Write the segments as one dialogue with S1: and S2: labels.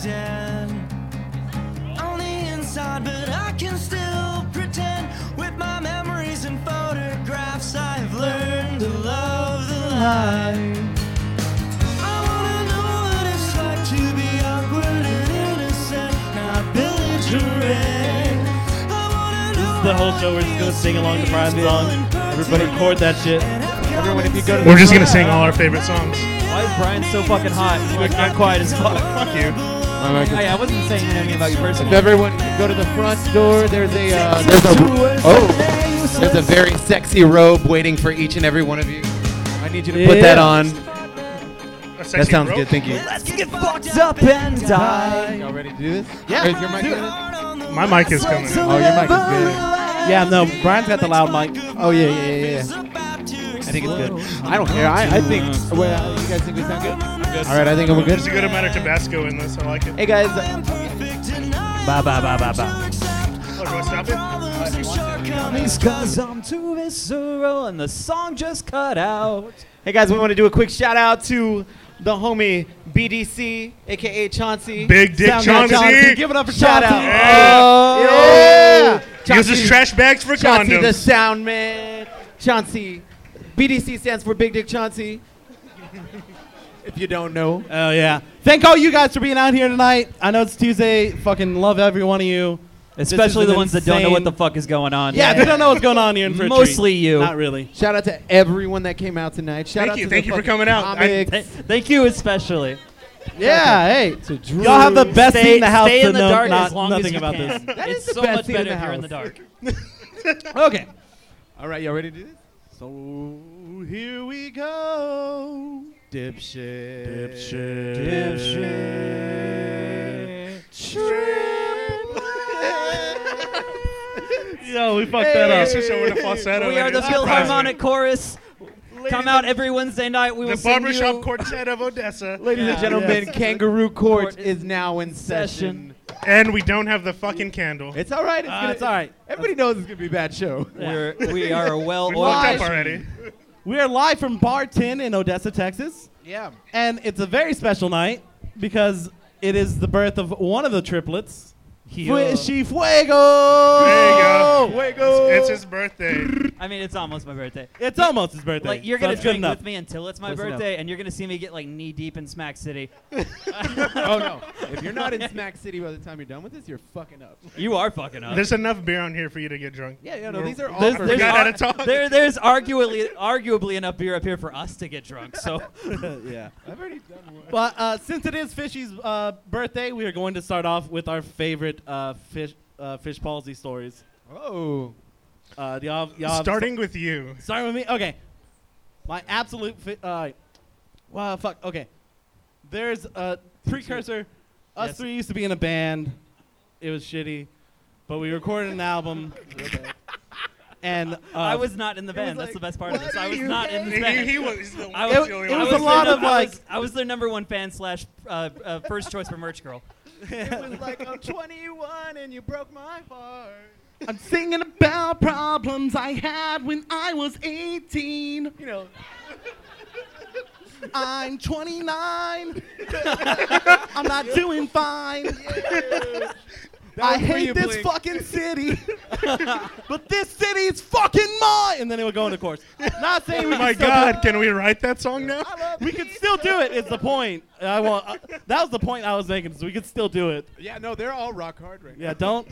S1: dead on the inside, but I can still pretend with my memories and photographs I've learned to love the light. I wanna know what it's like to be awkward and innocent, not belligerent. I wanna know
S2: The whole show, we're just gonna sing along to Brian's song. Everybody record that shit.
S1: Everyone, if you
S2: go to-
S3: We're just gonna sing all our favorite songs.
S2: Why is Brian so fucking hot? Like, I'm quiet as fuck.
S3: Fuck you.
S4: I'm not
S2: Hey,
S4: gonna-
S2: I wasn't saying anything about you
S4: If
S2: personally.
S4: everyone could go to the front door, there's a uh, there's a oh there's a very sexy robe waiting for each and every one of you. I need you to put that
S2: Yeah.
S4: on.
S3: A sexy
S4: That sounds
S3: rope.
S4: good. Thank you.
S1: Let's get fucked up and die.
S4: Y'all ready to do this? Yeah. Is your mic good?
S3: My mic is coming. in.
S4: Oh, your mic is
S2: Yeah, no, Brian's got the loud mic.
S4: good. Oh yeah, yeah, yeah, yeah.
S2: I think it's good.
S4: I don't care. I, I think. Well, you guys think we sound good? All right, I think I'm
S3: There's a
S4: good.
S3: good amount of Tabasco in this. I like it.
S4: Hey guys,
S2: Ba ba ba ba ba.
S3: Oh, do I stop it? Uh, if you want to.
S2: Cause I'm too visceral and the song just cut out.
S5: Hey guys, we want to do a quick shout out to the homie BDC, aka Chauncey.
S3: Big Dick
S5: Sound guy
S3: Chauncey.
S5: Give it up for shout out.
S3: Yeah.
S5: Oh, yeah.
S3: Uses trash bags for
S5: Chauncey the
S3: condoms.
S5: sound man. Chauncey. BDC stands for Big Dick Chauncey.
S4: if you don't know,
S2: Oh yeah. Thank all you guys for being out here tonight. I know it's Tuesday. Fucking love every one of you.
S5: Especially the ones that don't know what the
S2: fuck is going on.
S5: Yeah,
S2: Yeah,
S5: they
S2: they don't know what's going on here in
S5: for a
S2: Mostly
S5: treat.
S2: you.
S5: Not
S2: really.
S4: shout out to everyone that came out tonight. Shout
S3: Thank
S4: out
S3: you.
S4: to
S3: Thank
S4: the
S3: you for
S4: fucking
S3: coming out. I-
S4: comics.
S2: Thank you especially.
S4: yeah, hey, to Drew.
S2: Y'all have the best
S5: Stay-
S2: thing in the house
S5: stay
S2: to
S5: in the
S2: know
S5: dark
S2: not,
S5: as long as
S2: nothing
S5: you
S2: about
S5: can.
S2: this.
S4: That is
S5: it's
S4: the
S5: so
S4: best
S5: much
S4: thing in
S5: better
S4: the
S5: if you're in the
S4: house.
S5: dark.
S4: Okay. All right, y'all ready to do this? So here we go. Dipshit. Dipshit. Dipshit.
S2: Yo, we fucked
S3: Hey, it's just over uh, the falsetto
S2: We
S3: and
S2: are
S3: it
S2: the
S3: surprised me.
S2: Philharmonic Chorus. Come out every Wednesday night. We will
S3: The
S2: sing you
S3: barbershop quartet of Odessa.
S4: Ladies and
S2: Yeah,
S4: gentlemen,
S2: yes.
S4: Kangaroo Court
S2: Court
S4: is now in session.
S2: session.
S3: And we don't have the fucking candle.
S4: It's all right. It's,
S2: Uh,
S4: gonna,
S2: it's all right.
S4: Everybody knows it's gonna be a bad show.
S2: We're, we are a
S3: We fucked up
S2: well-oiled.
S3: already.
S6: We are live from Bar 10 in Odessa, Texas.
S4: Yeah.
S6: And it's a very special night because it is the birth of one of the triplets. Fue- she fuego!
S3: There you go.
S4: Fuego.
S3: It's his birthday.
S2: I mean, it's almost my birthday.
S6: It's almost his birthday.
S2: Like you're
S6: so
S2: gonna
S6: that's good
S2: drink
S6: enough.
S2: with me until it's my
S6: Listen up.
S2: birthday, and you're gonna see me get like knee deep in Smack City.
S4: oh no! If you're not in Smack City by the time you're done with this, you're fucking up.
S2: You are fucking up.
S3: There's enough beer on here for you to get drunk.
S4: Yeah, yeah. No, these are all.
S2: There's-
S3: I
S2: there's
S3: forgot
S2: ar-
S3: how to talk.
S2: there- there's arguably arguably enough beer up here for us to get drunk. So
S6: yeah.
S4: I've already done one.
S6: But uh, since it is Fishy's uh, birthday, we are going to start off with our favorite uh, fish uh, fish palsy stories.
S4: Oh.
S6: Uh, do y'all, y'all have-
S3: Starting with you.
S6: Starting with me. Okay. My absolute. Fi- uh, wow. Fuck. Okay. There's a precursor. Us
S2: Yes.
S6: three used to be in a band. It was shitty, but we recorded an album. and uh,
S2: I was not in the band.
S4: was
S2: That's
S4: like,
S2: the best part of
S4: "What
S2: this. I
S4: are
S2: was
S4: you
S2: not in the
S3: He,
S2: band.
S3: he was he's the one.
S2: I
S3: he's
S2: was-
S3: the only
S6: it
S3: one.
S6: was
S2: I
S6: a
S2: was
S6: lot
S2: their
S6: of,
S2: num- I was-
S6: like-
S2: I was their number one fan slash uh, uh, first choice for merch girl.
S4: It was like I'm 21 and you broke my heart.
S6: I'm singing about problems I had when I was 18.
S4: You know.
S6: I'm 29. I'm not doing fine. I hate this fucking city, but this city's fucking mine. And then it would go into chorus. Not saying we
S3: Oh my
S6: can still
S3: God! Can we write that song now?
S6: do it. We could still do it. Is the point? I want. uh, that was the point I was making. So we could still do it.
S4: Yeah, no, they're all rock hard right
S6: Yeah. Don't.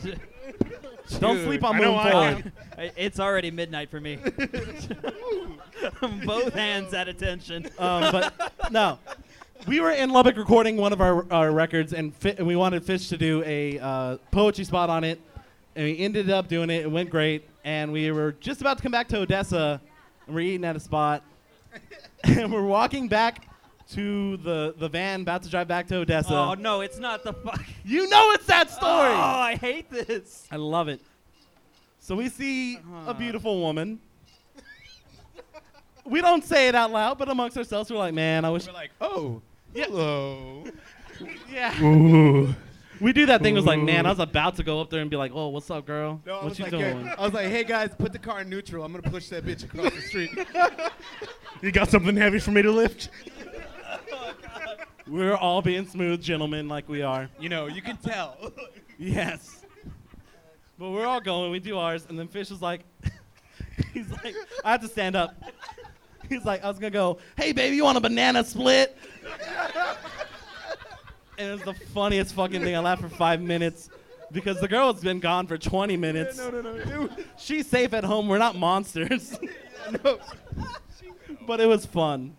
S6: don't
S4: Dude,
S6: sleep on
S3: I know
S6: moving
S3: I
S6: forward.
S2: I- It's already midnight for me. Both hands at attention.
S6: Um, but no, we were in Lubbock recording one of our, our records, and, fi- and we wanted Fish to do a uh, poetry spot on it, and we ended up doing it. It went great, and we were just about to come back to Odessa, and we're eating at a spot, and we're walking back to the the van, about to drive back to Odessa.
S2: Oh no, it's not the fuck.
S6: You know it's that story.
S2: Oh, I hate this.
S6: I love it. So we see
S2: Uh.
S6: a beautiful woman. we don't say it out loud, but amongst ourselves, we're like, man, I wish.
S4: We're like, oh, hello.
S6: yeah.
S3: Ooh.
S6: We do that thing. Was like, man, I was about to go up there and be like, "Oh, what's up, girl?
S4: No, I
S6: what
S4: was
S6: you
S4: like,
S6: doing?"
S4: I was like, hey guys, put the car in neutral. I'm gonna push that bitch across the street.
S3: You got something heavy for me to lift?
S6: We're all being smooth gentlemen like we are.
S7: You know, you can tell.
S6: Yes. But we're all going, we do ours, and then Fish is like, he's like, I have to stand up. He's like, I was gonna go, hey baby, you want a banana split? and it was the funniest fucking thing. I laughed for five minutes because the girl has been gone for 20 minutes.
S7: no, no, no.
S6: She's safe at home. We're not monsters. but it was fun.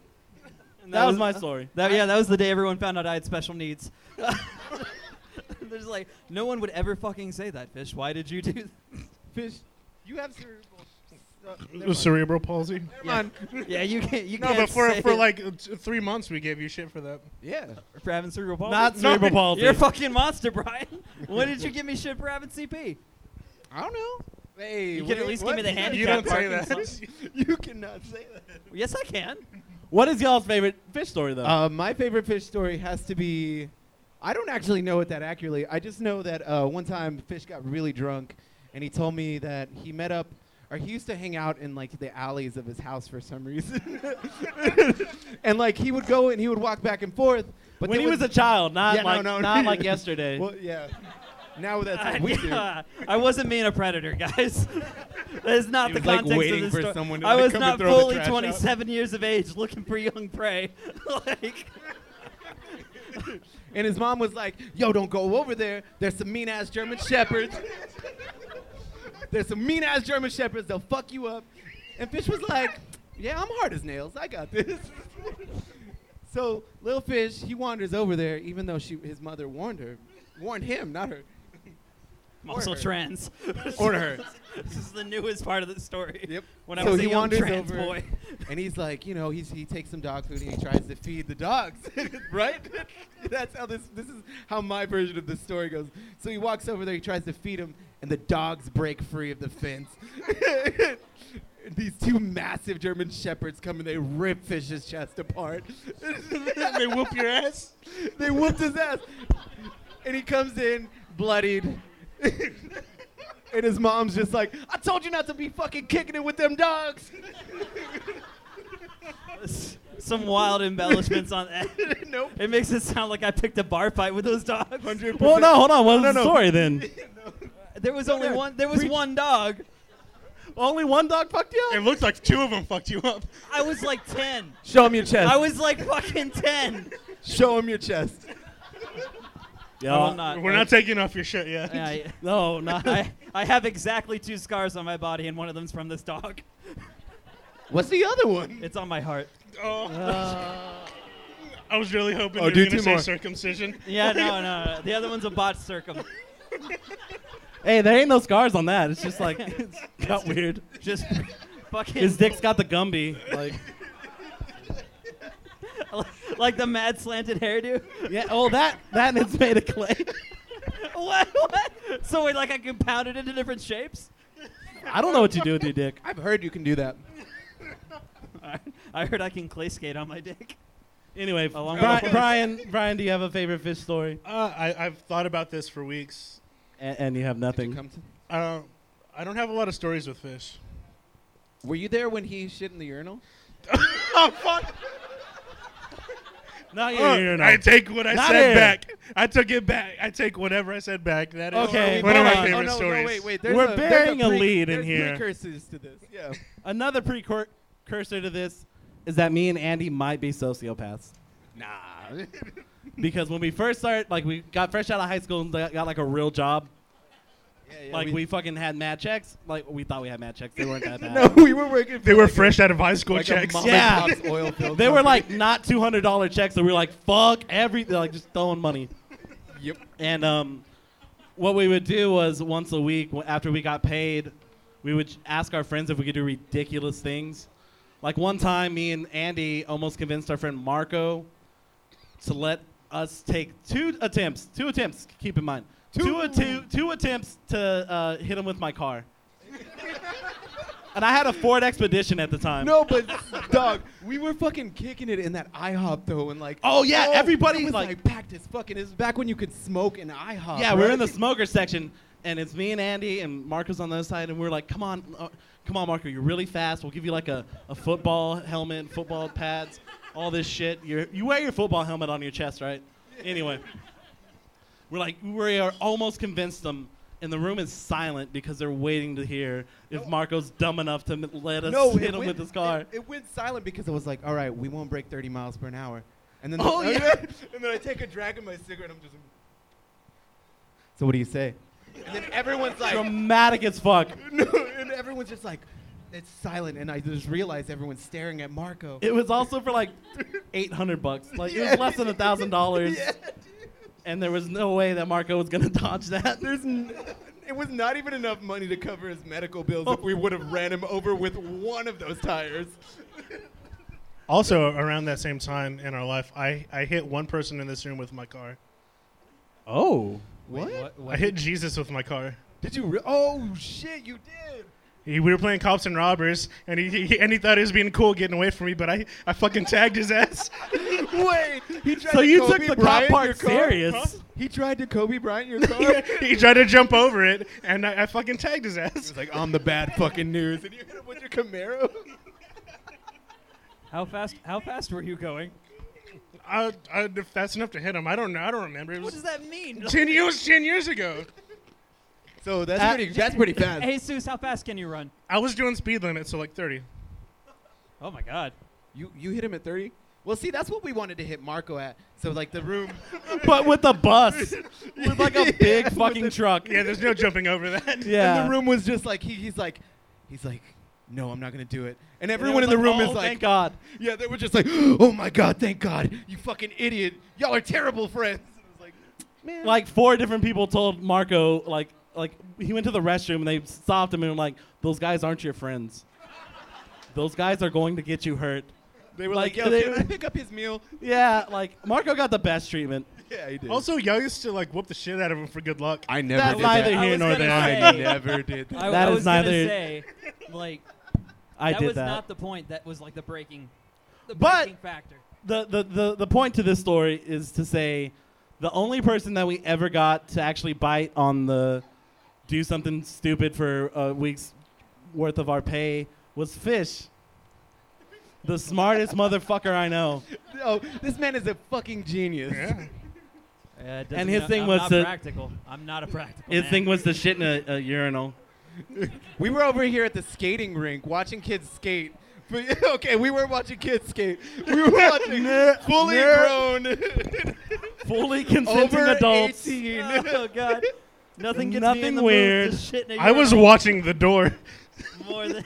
S2: And
S6: That, was, my story.
S2: That, yeah, that was the day everyone found out I had special needs. There's like no one would ever fucking say that, Fish. Why did you do? That?
S4: Fish, you have cerebral. Uh, never
S3: The
S4: mind.
S3: cerebral palsy.
S4: Never mind.
S2: Yeah, you can't. You
S3: No,
S2: can't
S3: but for
S2: say
S3: for
S2: it
S3: like uh, t- three months we gave you shit for that.
S7: Yeah.
S2: for having cerebral palsy.
S6: Not cerebral palsy.
S2: You're a fucking monster, Brian. When did you give me shit for having CP?
S7: I don't know. Hey,
S2: You can at
S7: what-
S2: least
S7: what?
S2: give me the handicap.
S3: You don't say
S2: parking
S3: that.
S2: spot.
S7: You cannot say that.
S2: Yes, I can.
S6: What is y'all's favorite fish story, though?
S4: Uh, my favorite fish story has to be. I don't actually know it that accurately. I just know that uh, one time fish got really drunk, and he told me that he met up, or he used to hang out in like the alleys of his house for some reason, and like he would go and he would walk back and forth. But
S6: when
S4: there
S6: he was a child, not
S4: Yeah, no,
S6: like
S4: no.
S6: not like yesterday.
S4: well, yeah. Now that's
S2: I-
S4: what we do.
S2: I wasn't being a predator, guys. that is not
S7: He
S2: the
S7: was, like,
S2: context
S7: waiting
S2: of this
S7: for
S2: story.
S7: someone to,
S2: I
S7: like,
S2: was
S7: come and
S2: not
S7: throw the
S2: fully
S7: trash out.
S2: 27 years of age, looking for young prey. like,
S4: And his mom was like, "Yo, don't go over there. There's some mean ass German shepherds. There's some mean ass German shepherds. They'll fuck you up." And Fish was like, "Yeah, I'm hard as nails. I got this." so little Fish, he wanders over there, even though she, his mother warned her, warned him, not her,
S2: muscle
S4: her.
S2: trends.
S4: or her.
S2: this is the newest part of the story.
S4: Yep.
S2: When I
S4: So
S2: was a
S4: he
S2: young
S4: wanders
S2: trans
S4: over.
S2: boy.
S4: And he's like, you know, he's, he takes some dog food and he tries to feed the dogs, right? That's how this this is how my version of the story goes. So he walks over there, he tries to feed him, and the dogs break free of the fence. And These two massive German shepherds come and they rip Fish's chest apart.
S3: they whoop your ass.
S4: they whooped his ass, and he comes in bloodied. And his mom's just like, I told you not to be fucking kicking it with them dogs.
S2: S- Some wild embellishments on that.
S4: nope.
S2: It makes it sound like I picked a bar fight with those dogs.
S6: well, no, hold on. What was the story then?
S2: There was only one. There was one dog.
S6: Only one dog fucked you.
S3: It looked like two of them fucked you up.
S2: I was like 10.
S4: Show him your chest.
S2: I was like fucking 10.
S4: Show him your chest.
S7: Uh,
S2: I'm
S6: Yeah.
S2: not.
S3: We're not taking off your shit yet.
S2: Yeah, I-
S6: No, not.
S2: I, I have exactly two scars on my body, and one of them's from this dog.
S4: What's the other one?
S2: It's on my heart.
S3: Oh. I was really hoping
S4: Oh,
S3: you were
S4: do
S3: going to
S4: two
S3: say
S4: more.
S3: circumcision.
S2: Yeah, no, no, no. The other one's a botched circum.
S6: hey, there ain't no scars on that. It's just like it's got weird.
S2: Just fucking
S6: His dick's got the Gumby. Like,
S2: like the mad slanted hairdo.
S6: yeah. Oh, that that and it's made of clay.
S2: what? What? So wait, like I can pound it into different shapes?
S6: I don't know what you do with your dick.
S4: I've heard you can do that.
S2: I heard I can clay skate on my dick.
S6: Anyway,
S2: Along
S6: Brian,
S2: with-
S6: Brian, Brian, do you have a favorite fish story?
S3: Uh, I, I've thought about this for weeks.
S6: And, and you have nothing.
S4: Come to-
S3: Uh, I don't have a lot of stories with fish.
S4: Were you there when he shit in the urinal?
S3: Oh, fuck.
S6: No, you
S3: Uh, I take what I
S6: Not
S3: said
S6: here.
S3: back. I took it back. I take whatever I said back. That is
S6: Okay,
S3: one of
S6: hold
S3: my
S6: on.
S3: favorite
S4: oh, no,
S3: stories.
S4: No, wait, wait. There's
S6: We're
S4: a, there's
S6: burying a
S4: pre-
S6: lead in
S4: there's
S6: here.
S4: Precursors to this. Yeah.
S6: Another precursor to this is that me and Andy might be sociopaths.
S7: Nah.
S6: Because when we first started, like we got fresh out of high school and got got, like a real job, like we, fucking had mad checks. Like we thought we had mad checks. They weren't that bad.
S4: No, we were working. For
S3: They were
S4: like
S3: fresh out of high school
S4: A, like
S3: checks.
S4: A mom
S6: Yeah.
S4: and pop's oil field
S6: They were
S4: company.
S6: like not two hundred dollar checks, so we were like, "Fuck every," like just throwing money.
S4: Yep.
S6: And um, what we would do was once a week, w- after we got paid, we would ask our friends if we could do ridiculous things. Like one time, me and Andy almost convinced our friend Marco to let us take two attempts. Two attempts. Keep in mind, two a- two, two attempts to uh, hit him with my car. and I had a Ford Expedition at the time.
S4: No, but dog, we were fucking kicking it in that IHOP though, and like.
S6: Oh, yeah, everybody
S4: it was
S6: like-
S4: like, packed as fucking. It was back when you could smoke in IHOP.
S6: Yeah, we're in the
S4: right?
S6: smoker section, and it's me and Andy, and Marco's on the other side, and we're like, come on, uh, come on, Marco, you're really fast. We'll give you like a, a football helmet, and football pads. all this shit. you you wear your football helmet on your chest, right? Anyway, we're like, we are almost convinced them, and the room is silent because they're waiting to hear if Marco's dumb enough to m- let us hit him with his car.
S4: It, it went silent because I was like, all right, we won't break 30 miles per an hour. And then,
S6: Oh,
S4: the,
S6: yeah.
S4: and then I take a drag of my cigarette. I'm just. So what do you say? And then everyone's like,
S6: Dramatic as fuck.
S4: no, and everyone's just like, it's silent. And I just realize everyone's staring at Marco.
S6: It was also for like 800 bucks. Like it
S4: Yeah.
S6: was less than a thousand dollars. And there was no way that Marco was gonna dodge that.
S4: There's n- it was not even enough money to cover his medical bills
S6: Oh.
S4: if we would have ran him over with one of those tires.
S3: Also, around that same time in our life, I, I hit one person in this room with my car.
S6: Oh.
S4: What?
S3: I hit Jesus with my car.
S4: Did you? Re- oh shit, you did.
S3: He, we were playing cops and robbers, and he, he and he thought he was being cool getting away from me, but I, I fucking tagged his ass.
S4: Wait, he tried
S6: So
S4: to
S6: you
S4: Kobe
S6: took the cop
S4: Bryant
S6: part
S4: your car?
S6: serious.
S3: Huh?
S4: He tried to Kobe Bryant your car. he
S3: he tried to jump over it, and I, I fucking tagged his ass.
S4: was like, "I'm the bad fucking news," and you hit him with your Camaro.
S2: How fast? How fast were you going?
S3: I, I, if that's enough to hit him, I don't know. I don't remember. It
S2: What
S3: was
S2: does that mean?
S3: ten years. Ten years ago,
S4: So that's
S2: Uh,
S4: pretty. That's pretty fast.
S2: Jesus, how fast can you run?
S3: I was doing speed limit, so like thirty.
S2: Oh my God.
S4: You you hit him at 30. Well, see, that's what we wanted to hit Marco at. So like the room.
S6: But with a bus. With like a big fucking truck.
S3: Yeah, there's no jumping over that.
S4: And the
S6: Yeah.
S4: room was just like he, he's like, he's like, no, I'm not gonna do it. And everyone in the room is like,
S6: "Oh,
S4: "Oh,
S6: thank God.
S4: yeah, they were just like, oh my god, thank God, you fucking idiot, y'all are terrible friends. And I was like, man,
S6: Like four different people told Marco, like, like he went to the restroom and they stopped him and were like, "Those guys aren't your friends. Those guys are going to get you hurt."
S4: they were like,
S6: like,
S4: yo,
S6: they-
S4: can I pick up his meal?
S6: Yeah, like Marco got the best treatment.
S4: Yeah, he did.
S3: Also, y'all used to like whoop the shit out of him for good luck.
S4: I never
S6: That's
S4: did
S6: neither
S4: that.
S2: I
S6: here
S2: was
S6: nor
S2: gonna
S6: there.
S2: say-
S4: I never did that.
S2: I,
S6: That
S2: I
S6: is
S2: was gonna
S6: neither-
S2: Say, like
S6: I
S2: that
S6: did
S2: was
S6: that.
S2: not the point. That was like the breaking, the
S6: But-
S2: breaking factor.
S6: the, the, the, the point to this story is to say the only person that we ever got to actually bite on the do something stupid for a week's worth of our pay was Fish. The smartest motherfucker I know.
S4: Oh, this man is a fucking genius.
S3: Yeah.
S2: Yeah, it
S6: And
S2: doesn't-
S6: his
S2: no,
S6: thing
S2: I'm
S6: was
S2: not
S6: to-
S2: practical. I'm not a practical.
S6: His
S2: man.
S6: thing was to shit in a, a urinal.
S4: We were over here at the skating rink watching kids skate. But, okay, we weren't watching kids skate. We were watching fully grown,
S6: Fully consenting
S4: over
S6: adults.
S4: 18.
S2: Oh God. Nothing gets
S6: Nothing
S2: me in the
S6: weird.
S2: Mood to shit in a
S3: I was
S2: urinal
S3: watching the door.
S2: more Oh, than.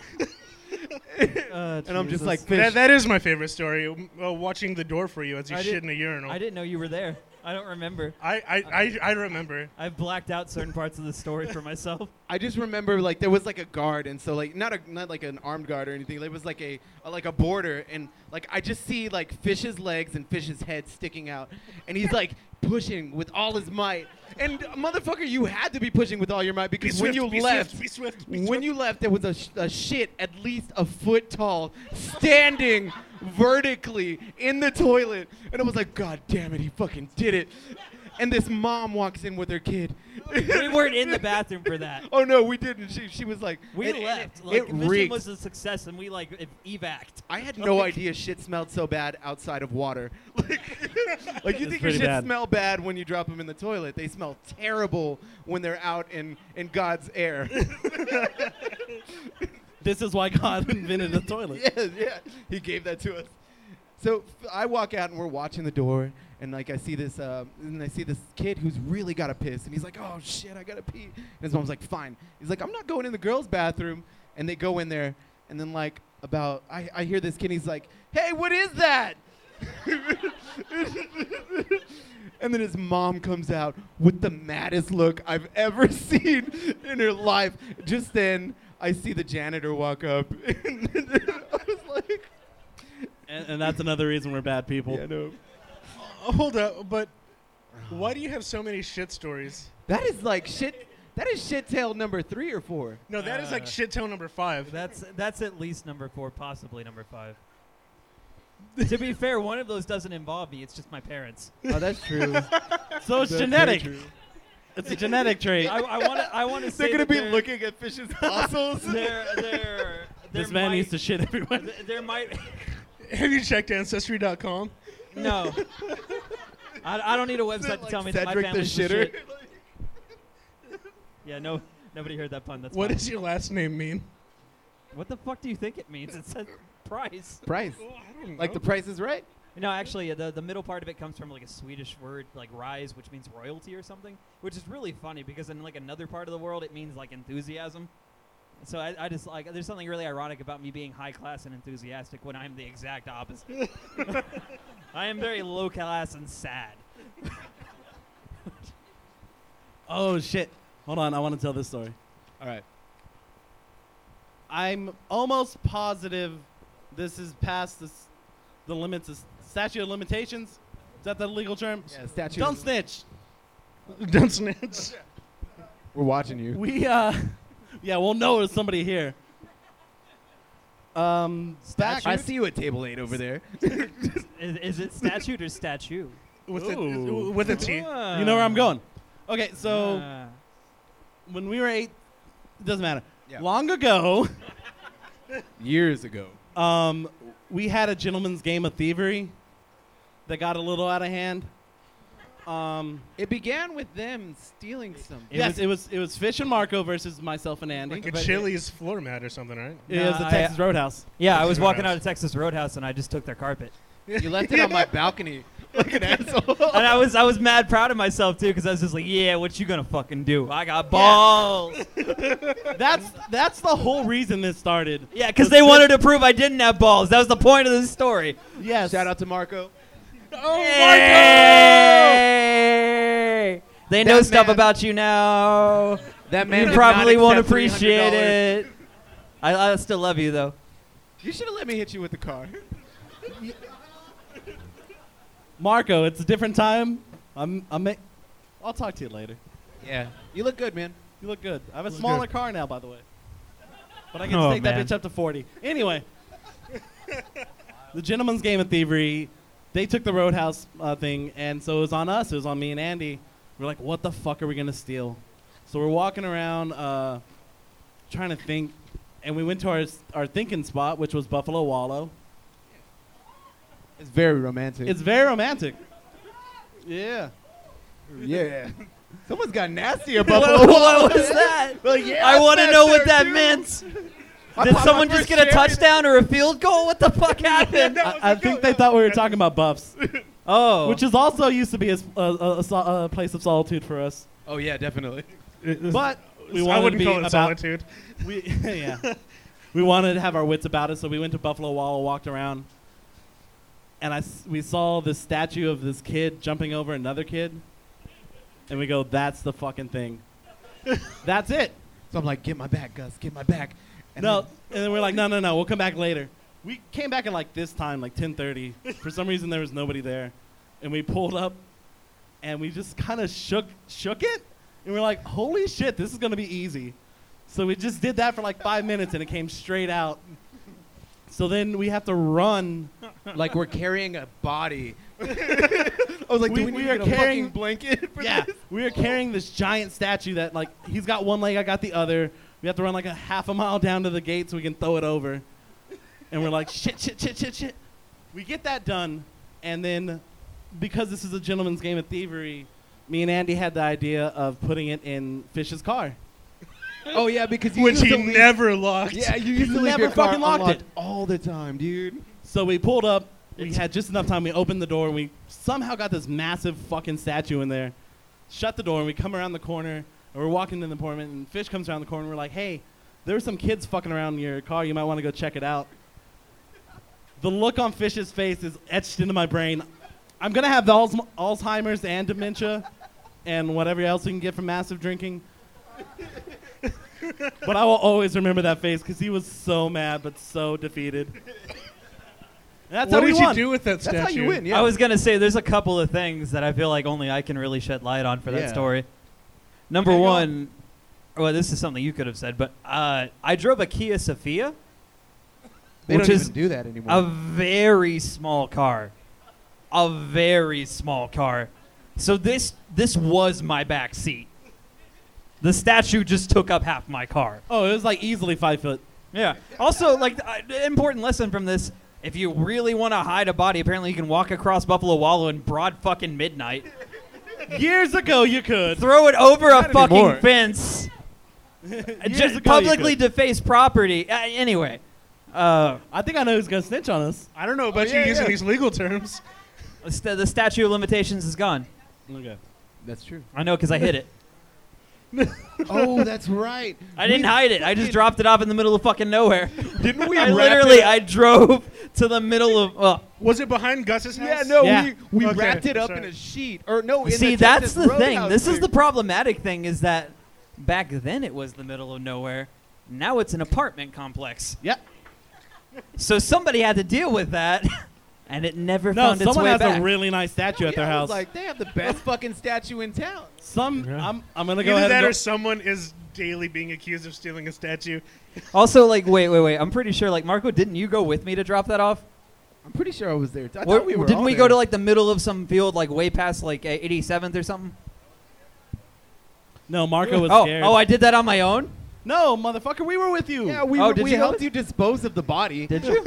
S4: And I'm just like,
S3: That,
S4: fish.
S3: that is my favorite story. Uh, watching the door for you as you
S2: I
S3: shit
S2: did-
S3: in a urinal.
S2: I didn't know you were there. I don't remember.
S3: I, I, I, I remember.
S2: I've blacked out certain parts of the story for myself.
S4: I just remember like there was like a guard, and so like not a not like an armed guard or anything. There was like a, a like a border, and like I just see like fish's legs and fish's head sticking out, and he's like pushing with all his might. And motherfucker, you had to be pushing with all your might
S3: Be
S4: because
S3: swift,
S4: when you
S3: be
S4: left,
S3: swift, be swift, be
S4: when
S3: swift.
S4: you left, there was a, sh- a shit at least a foot tall, standing vertically in the toilet, and I was like, God damn it, he fucking did it. And this mom walks in with her kid.
S2: we weren't in the bathroom for that.
S4: Oh no, we didn't. She she was like
S2: We
S4: and- and
S2: left.
S4: It,
S2: like
S4: it
S2: mission
S4: reeked.
S2: was a success, and we like ev- evac'd.
S4: I had no idea shit smelled so bad outside of water. Like, like you think
S6: It's
S4: your
S6: pretty
S4: shit
S6: bad.
S4: smell bad when you drop them in the toilet. They smell terrible when they're out in in God's air.
S6: This is why God invented the toilet.
S4: yeah, yeah. He gave that to us. So f- I walk out and we're watching the door, and like I see this, um, and I see this kid who's really got to piss, and he's like, "Oh shit, I gotta pee." And his mom's like, "Fine." He's like, "I'm not going in the girls' bathroom," and they go in there, and then like about I, I hear this kid, he's like, "Hey, what is that?" And then his mom comes out with the maddest look I've ever seen in her life. Just then, I see the janitor walk up. And I was like,
S6: And, and that's another reason we're bad people.
S4: yeah, no.
S3: Uh, Hold up, but why do you have so many shit stories?
S4: That is like shit. That is shit tale number three or four.
S3: No, that is like
S2: Uh,
S3: shit tale number five.
S2: That's that's at least number four, possibly number five. to be fair, one of those doesn't involve me. It's just my parents.
S4: Oh, that's true.
S6: So it's genetic. It's a genetic
S2: I,
S6: trait.
S2: I want to. I want to say
S4: They're gonna
S2: that
S4: be
S2: there-
S4: looking at fish's fossils.
S2: There, there, there
S6: This man
S2: might,
S6: needs to shit everywhere.
S2: th- There might.
S3: Have you checked Ancestry.com?
S2: No. I, I don't need a website to tell me that my
S4: Cedric the
S2: family's some
S4: shitter?
S2: shit. Yeah, no, nobody heard that pun. That's
S3: What
S2: fine.
S3: does your last name mean?
S2: What the fuck do you think it means? It said price.
S4: Price. Like the price is right.
S2: No, actually, the the middle part of it comes from like a Swedish word, like rise, which means royalty or something, which is really funny because in like another part of the world, it means like enthusiasm. So I, I just like there's something really ironic about me being high class and enthusiastic when I'm the exact opposite. I am very low class and sad.
S6: Oh shit! Hold on, I want to tell this story.
S8: All right.
S6: I'm almost positive this is past the, s- the limits of statute of limitations. Is that the legal term?
S4: Yeah, statue.
S6: Don't snitch.
S3: Don't snitch.
S4: We're watching you.
S6: We uh, yeah, we'll know it's somebody here. Um, back.
S4: I see you at table eight over there.
S2: Is, is it statute or statue?
S3: With a, with a T.
S6: You know where
S2: Uh,
S6: I'm going. Okay,
S2: Ah.
S6: so when we were eight, it doesn't matter.
S4: Yeah.
S6: Long ago,
S4: Years ago.
S6: um, we had a gentleman's game of thievery that got a little out of hand. Um,
S4: It began with them stealing something.
S6: yes, it was it was Fish and Marco versus myself and Andy.
S3: Like a Chili's floor mat or something, right?
S6: It was the
S2: Nah, I-
S6: Texas Roadhouse.
S2: yeah, I was
S3: Texas
S2: walking
S3: Roadhouse.
S2: out of Texas Roadhouse and I just took their carpet.
S4: You left it on my balcony. Like an asshole.
S2: and I was I was mad proud of myself too because I was just like, yeah, what you gonna fucking do? I got balls.
S6: That's that's the whole reason this started.
S2: Yeah, because they wanted to prove I didn't have balls. That was the point of this story.
S6: Yes.
S4: Shout out to Marco.
S2: Hey! They know
S4: That
S2: stuff
S4: man-
S2: about you now.
S4: That man
S2: You
S4: did
S2: probably
S4: not
S2: won't
S4: accept
S2: appreciate
S4: $300.
S2: it. I, I still love you though.
S4: You should have let me hit you with the car.
S6: Marco. It's a different time. I'm I'm. ma- I'll talk to you later.
S4: Yeah. You look good, man.
S6: You look good. I have a smaller
S3: good.
S6: car now, by the way. But I can
S2: Oh,
S6: take
S2: man.
S6: that bitch up to 40. Anyway, the gentleman's game of thievery, they took the roadhouse uh, thing, and so it was on us. It was on me and Andy. We're like, what the fuck are we going to steal? So we're walking around uh, trying to think, and we went to our, s- our thinking spot, which was Buffalo Wallow.
S4: It's very romantic.
S6: It's very romantic. Yeah.
S4: yeah. Someone's got nasty about
S2: what, what was that? I want to know what that meant. Did someone just get a touchdown or a field goal? What the fuck happened?
S6: I, I
S3: "Oh,
S6: think they thought we were talking about Buffs,
S2: Oh,
S6: which is also used to be a, s- a- a- a so- a place of solitude for us.
S4: Oh yeah, definitely.
S6: But we
S3: I
S6: wanted
S3: wouldn't
S6: to be
S3: call it
S6: about,
S3: solitude.
S6: We, yeah. we wanted to have our wits about us, so we went to Buffalo Wall, walked around, and I s- we saw this statue of this kid jumping over another kid, and we go, "That's the fucking thing." That's it.
S4: So I'm like, get my back, Gus. Get my back. And
S6: no,
S4: then-
S6: and then we're like, "No, no, no. We'll come back later." We came back at like this time, like 10:30. For some reason, there was nobody there, and we pulled up, and we just kind of shook shook it, and we're like, "Holy shit, this is gonna be easy." So we just did that for like five minutes, and it came straight out. So then we have to run.
S4: like we're carrying a body. I was like,
S6: We-
S4: do we,
S6: we
S4: need
S6: are
S4: to get
S6: carrying-
S4: a fucking blanket? For
S6: Yeah,
S4: this?
S6: we were carrying this giant statue that like he's got one leg, I got the other. We have to run like a half a mile down to the gate so we can throw it over. And we're like, shit, shit, shit, shit, shit. We get that done, and then because this is a gentleman's game of thievery, me and Andy had the idea of putting it in Fish's car.
S4: Oh yeah, because you
S3: Which
S4: used
S3: he
S4: to leave-
S3: never locked.
S4: Yeah, you used to leave
S6: never
S4: your car
S6: fucking locked it.
S4: unlocked all the time, dude.
S6: So we pulled up. We had just enough time. We opened the door and we somehow got this massive fucking statue in there. Shut the door and we come around the corner and we're walking in the apartment and Fish comes around the corner. And we're like, hey, there were some kids fucking around in your car. You might want to go check it out. The look on Fish's face is etched into my brain. I'm going to have the Alzm- Alzheimer's and dementia and whatever else we can get from massive drinking. but I will always remember that face because he was so mad but so defeated. And That's
S3: What
S6: how we
S3: did you
S6: won.
S3: do with that
S4: That's
S3: statue?
S4: how you win. Yeah.
S2: I was gonna say there's a couple of things that I feel like only I can really shed light on for that
S4: Yeah.
S2: story. Number
S4: Yeah, go
S2: one, well, this is something you could have said, but uh, I drove a Kia Sophia,
S4: they
S2: which
S4: don't
S2: is
S4: even do that anymore.
S2: a very small car, a very small car. So this this was my back seat. The statue just took up half my car.
S6: Oh, it was like easily five foot.
S2: Yeah. Also, like, th- I- uh, important lesson from this: If you really want to hide a body, apparently you can walk across Buffalo Wallow in broad fucking midnight.
S6: Years ago, you could.
S2: Throw it over a
S8: Not
S2: fucking
S8: anymore.
S2: fence.
S6: ago, you
S2: Just Uh, publicly
S6: could.
S2: deface property. Uh, anyway, uh,
S6: I think I know who's gonna snitch on us.
S3: I don't know about
S8: yeah,
S3: you using
S8: yeah.
S3: these legal terms.
S2: the st- the statute of limitations is gone.
S6: Okay.
S4: That's true.
S2: I know because I hit it.
S4: oh, that's right.
S2: I didn't hide it. I just dropped it off in the middle of fucking nowhere.
S3: Didn't we?
S2: I
S3: wrap
S2: literally,
S3: it-
S2: I drove to the middle of. Well,
S3: was it behind Gus's house?
S4: Yeah, no,
S6: Yeah.
S4: we, we
S3: Okay,
S4: wrapped it up in
S3: sorry.
S4: a sheet. Or no, in
S2: See,
S4: the
S2: that's
S4: Texas
S2: the thing.
S4: Roadhouse
S2: This is
S4: thing.
S2: the problematic thing is that back then it was the middle of nowhere. Now it's an apartment complex.
S6: Yep.
S2: So somebody had to deal with that, and it never
S6: No,
S2: found its
S6: someone
S2: way
S6: has
S2: back.
S6: a really nice statue at
S4: Yeah,
S6: their
S4: I was
S6: house.
S4: Like they have the best fucking statue in town.
S6: Some,
S3: Yeah.
S6: I'm, I'm gonna go
S3: Either
S6: ahead.
S3: that
S6: and go-
S3: or someone is daily being accused of stealing a statue.
S2: also, like, wait, wait, wait. I'm pretty sure, like, Marco, didn't you go with me to drop that off?
S4: I'm pretty sure I was there. I
S2: Or-
S4: thought we were
S2: didn't
S4: all
S2: we
S4: there.
S2: go to like the middle of some field, like way past like uh, 87th or something?
S6: no, Marco was
S2: oh,
S6: scared.
S2: oh, I did that on my own.
S6: no, motherfucker, we were with you.
S4: Yeah, we,
S2: Oh,
S4: were-
S2: did
S4: we
S2: you go
S4: helped you dispose of the body.
S2: Did you?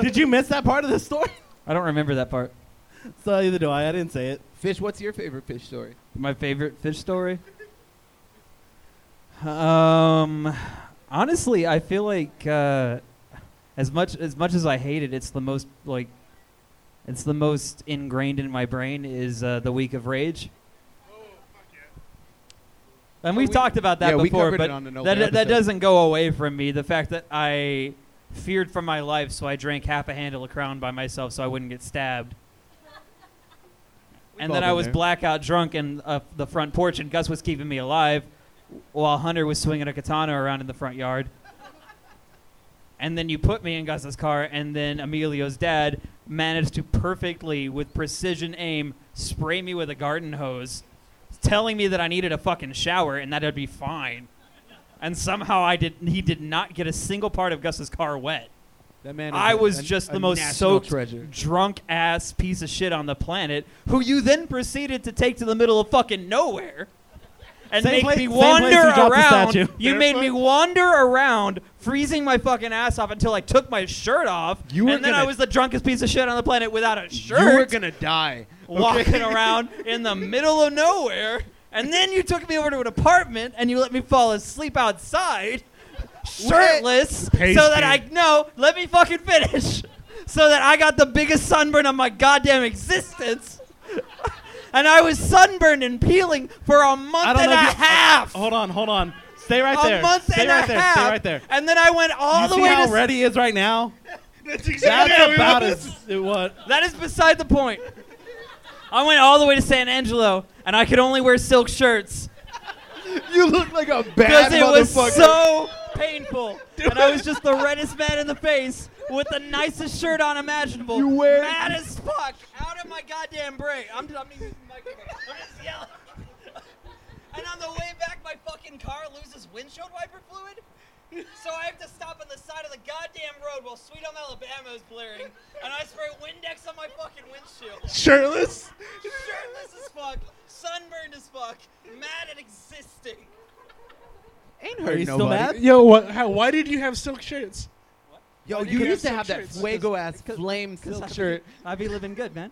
S6: Did you miss that part of the story?
S2: I don't remember that part.
S6: So either do I. I didn't say it.
S4: Fish, what's your favorite fish story?
S2: My favorite fish story? Um, honestly, I feel like uh, as much as much as I hate it, it's the most like it's the most ingrained in my brain is uh, the week of rage. And
S4: Oh,
S2: we've
S4: we-
S2: talked about that
S4: yeah, we
S2: before,
S4: covered it
S2: but
S4: on an open
S2: that, that
S4: episode.
S2: doesn't go away from me. The fact that I feared for my life, so I drank half a handle of Crown by myself so I wouldn't get stabbed
S4: We've
S2: and
S4: all
S2: then I
S4: been
S2: was
S4: there.
S2: blackout drunk in uh, the front porch, and Gus was keeping me alive while Hunter was swinging a katana around in the front yard. And then you put me in Gus's car, and then Emilio's dad managed to perfectly, with precision aim, spray me with a garden hose, telling me that I needed a fucking shower and that I'd be fine. And somehow I did. He did not get a single part of Gus's car wet.
S4: That man.
S2: I
S4: is a-
S2: was
S4: a-
S2: just
S4: a
S2: the most
S4: national
S2: soaked,
S4: treasure.
S2: drunk ass piece of shit on the planet, who you then proceeded to take to the middle of fucking nowhere. And
S6: Same
S2: make
S6: place-
S2: me
S6: same
S2: wander
S6: place you dropped the
S2: around.
S6: statue.
S2: You made me wander around, freezing my fucking ass off until I took my shirt off.
S4: You were
S2: and then I
S4: gonna-
S2: was the drunkest piece of shit on the planet without a shirt,
S4: You were gonna die.
S2: walking around in the middle of nowhere. And then you took me over to an apartment and you let me fall asleep outside, shirtless,
S3: Pace
S2: so that I
S3: game.
S2: no. Let me fucking finish. So that I got the biggest sunburn of my goddamn existence. And I was sunburned and peeling for a
S6: I
S2: month
S6: don't
S2: and a
S6: know if you-
S2: half.
S6: Hold on, hold on. Stay right
S2: a
S6: there.
S2: month
S6: Stay
S2: and
S6: right
S2: a
S6: there.
S2: half.
S6: Stay right there.
S2: And then I went all
S6: you
S2: the
S6: see
S2: way
S6: how
S2: to
S6: red he is right now?
S3: That's exactly how
S6: That's
S3: we
S6: about
S3: were-
S6: as it was.
S2: That is beside the point. I went all the way to San Angelo, and I could only wear silk shirts
S4: You look like a bad
S2: because it was
S4: motherfucker.
S2: so painful. And I was just the reddest man in the face with the nicest shirt on imaginable.
S4: You wear-
S2: mad as fuck, out of my goddamn brain. I'm, I'm using the microphone. I'm just yelling. And on the way back, my fucking car loses windshield wiper fluid. So I have to stop on the side of the goddamn road while Sweet Home Alabama is blaring, and I spray Windex on my fucking windshield
S3: shirtless.
S2: shirtless as fuck, sunburned as fuck, mad at existing.
S4: Ain't
S6: Are
S4: hurt
S6: you
S4: nobody.
S6: still mad?
S3: Yo, what, how, why did you have silk shirts?
S4: Yo,
S3: Why do
S4: you
S3: you
S4: used to
S3: have
S4: have
S3: silk
S4: that
S3: shirts?
S4: fuego ass flame silk shirt.
S2: I be living good, man.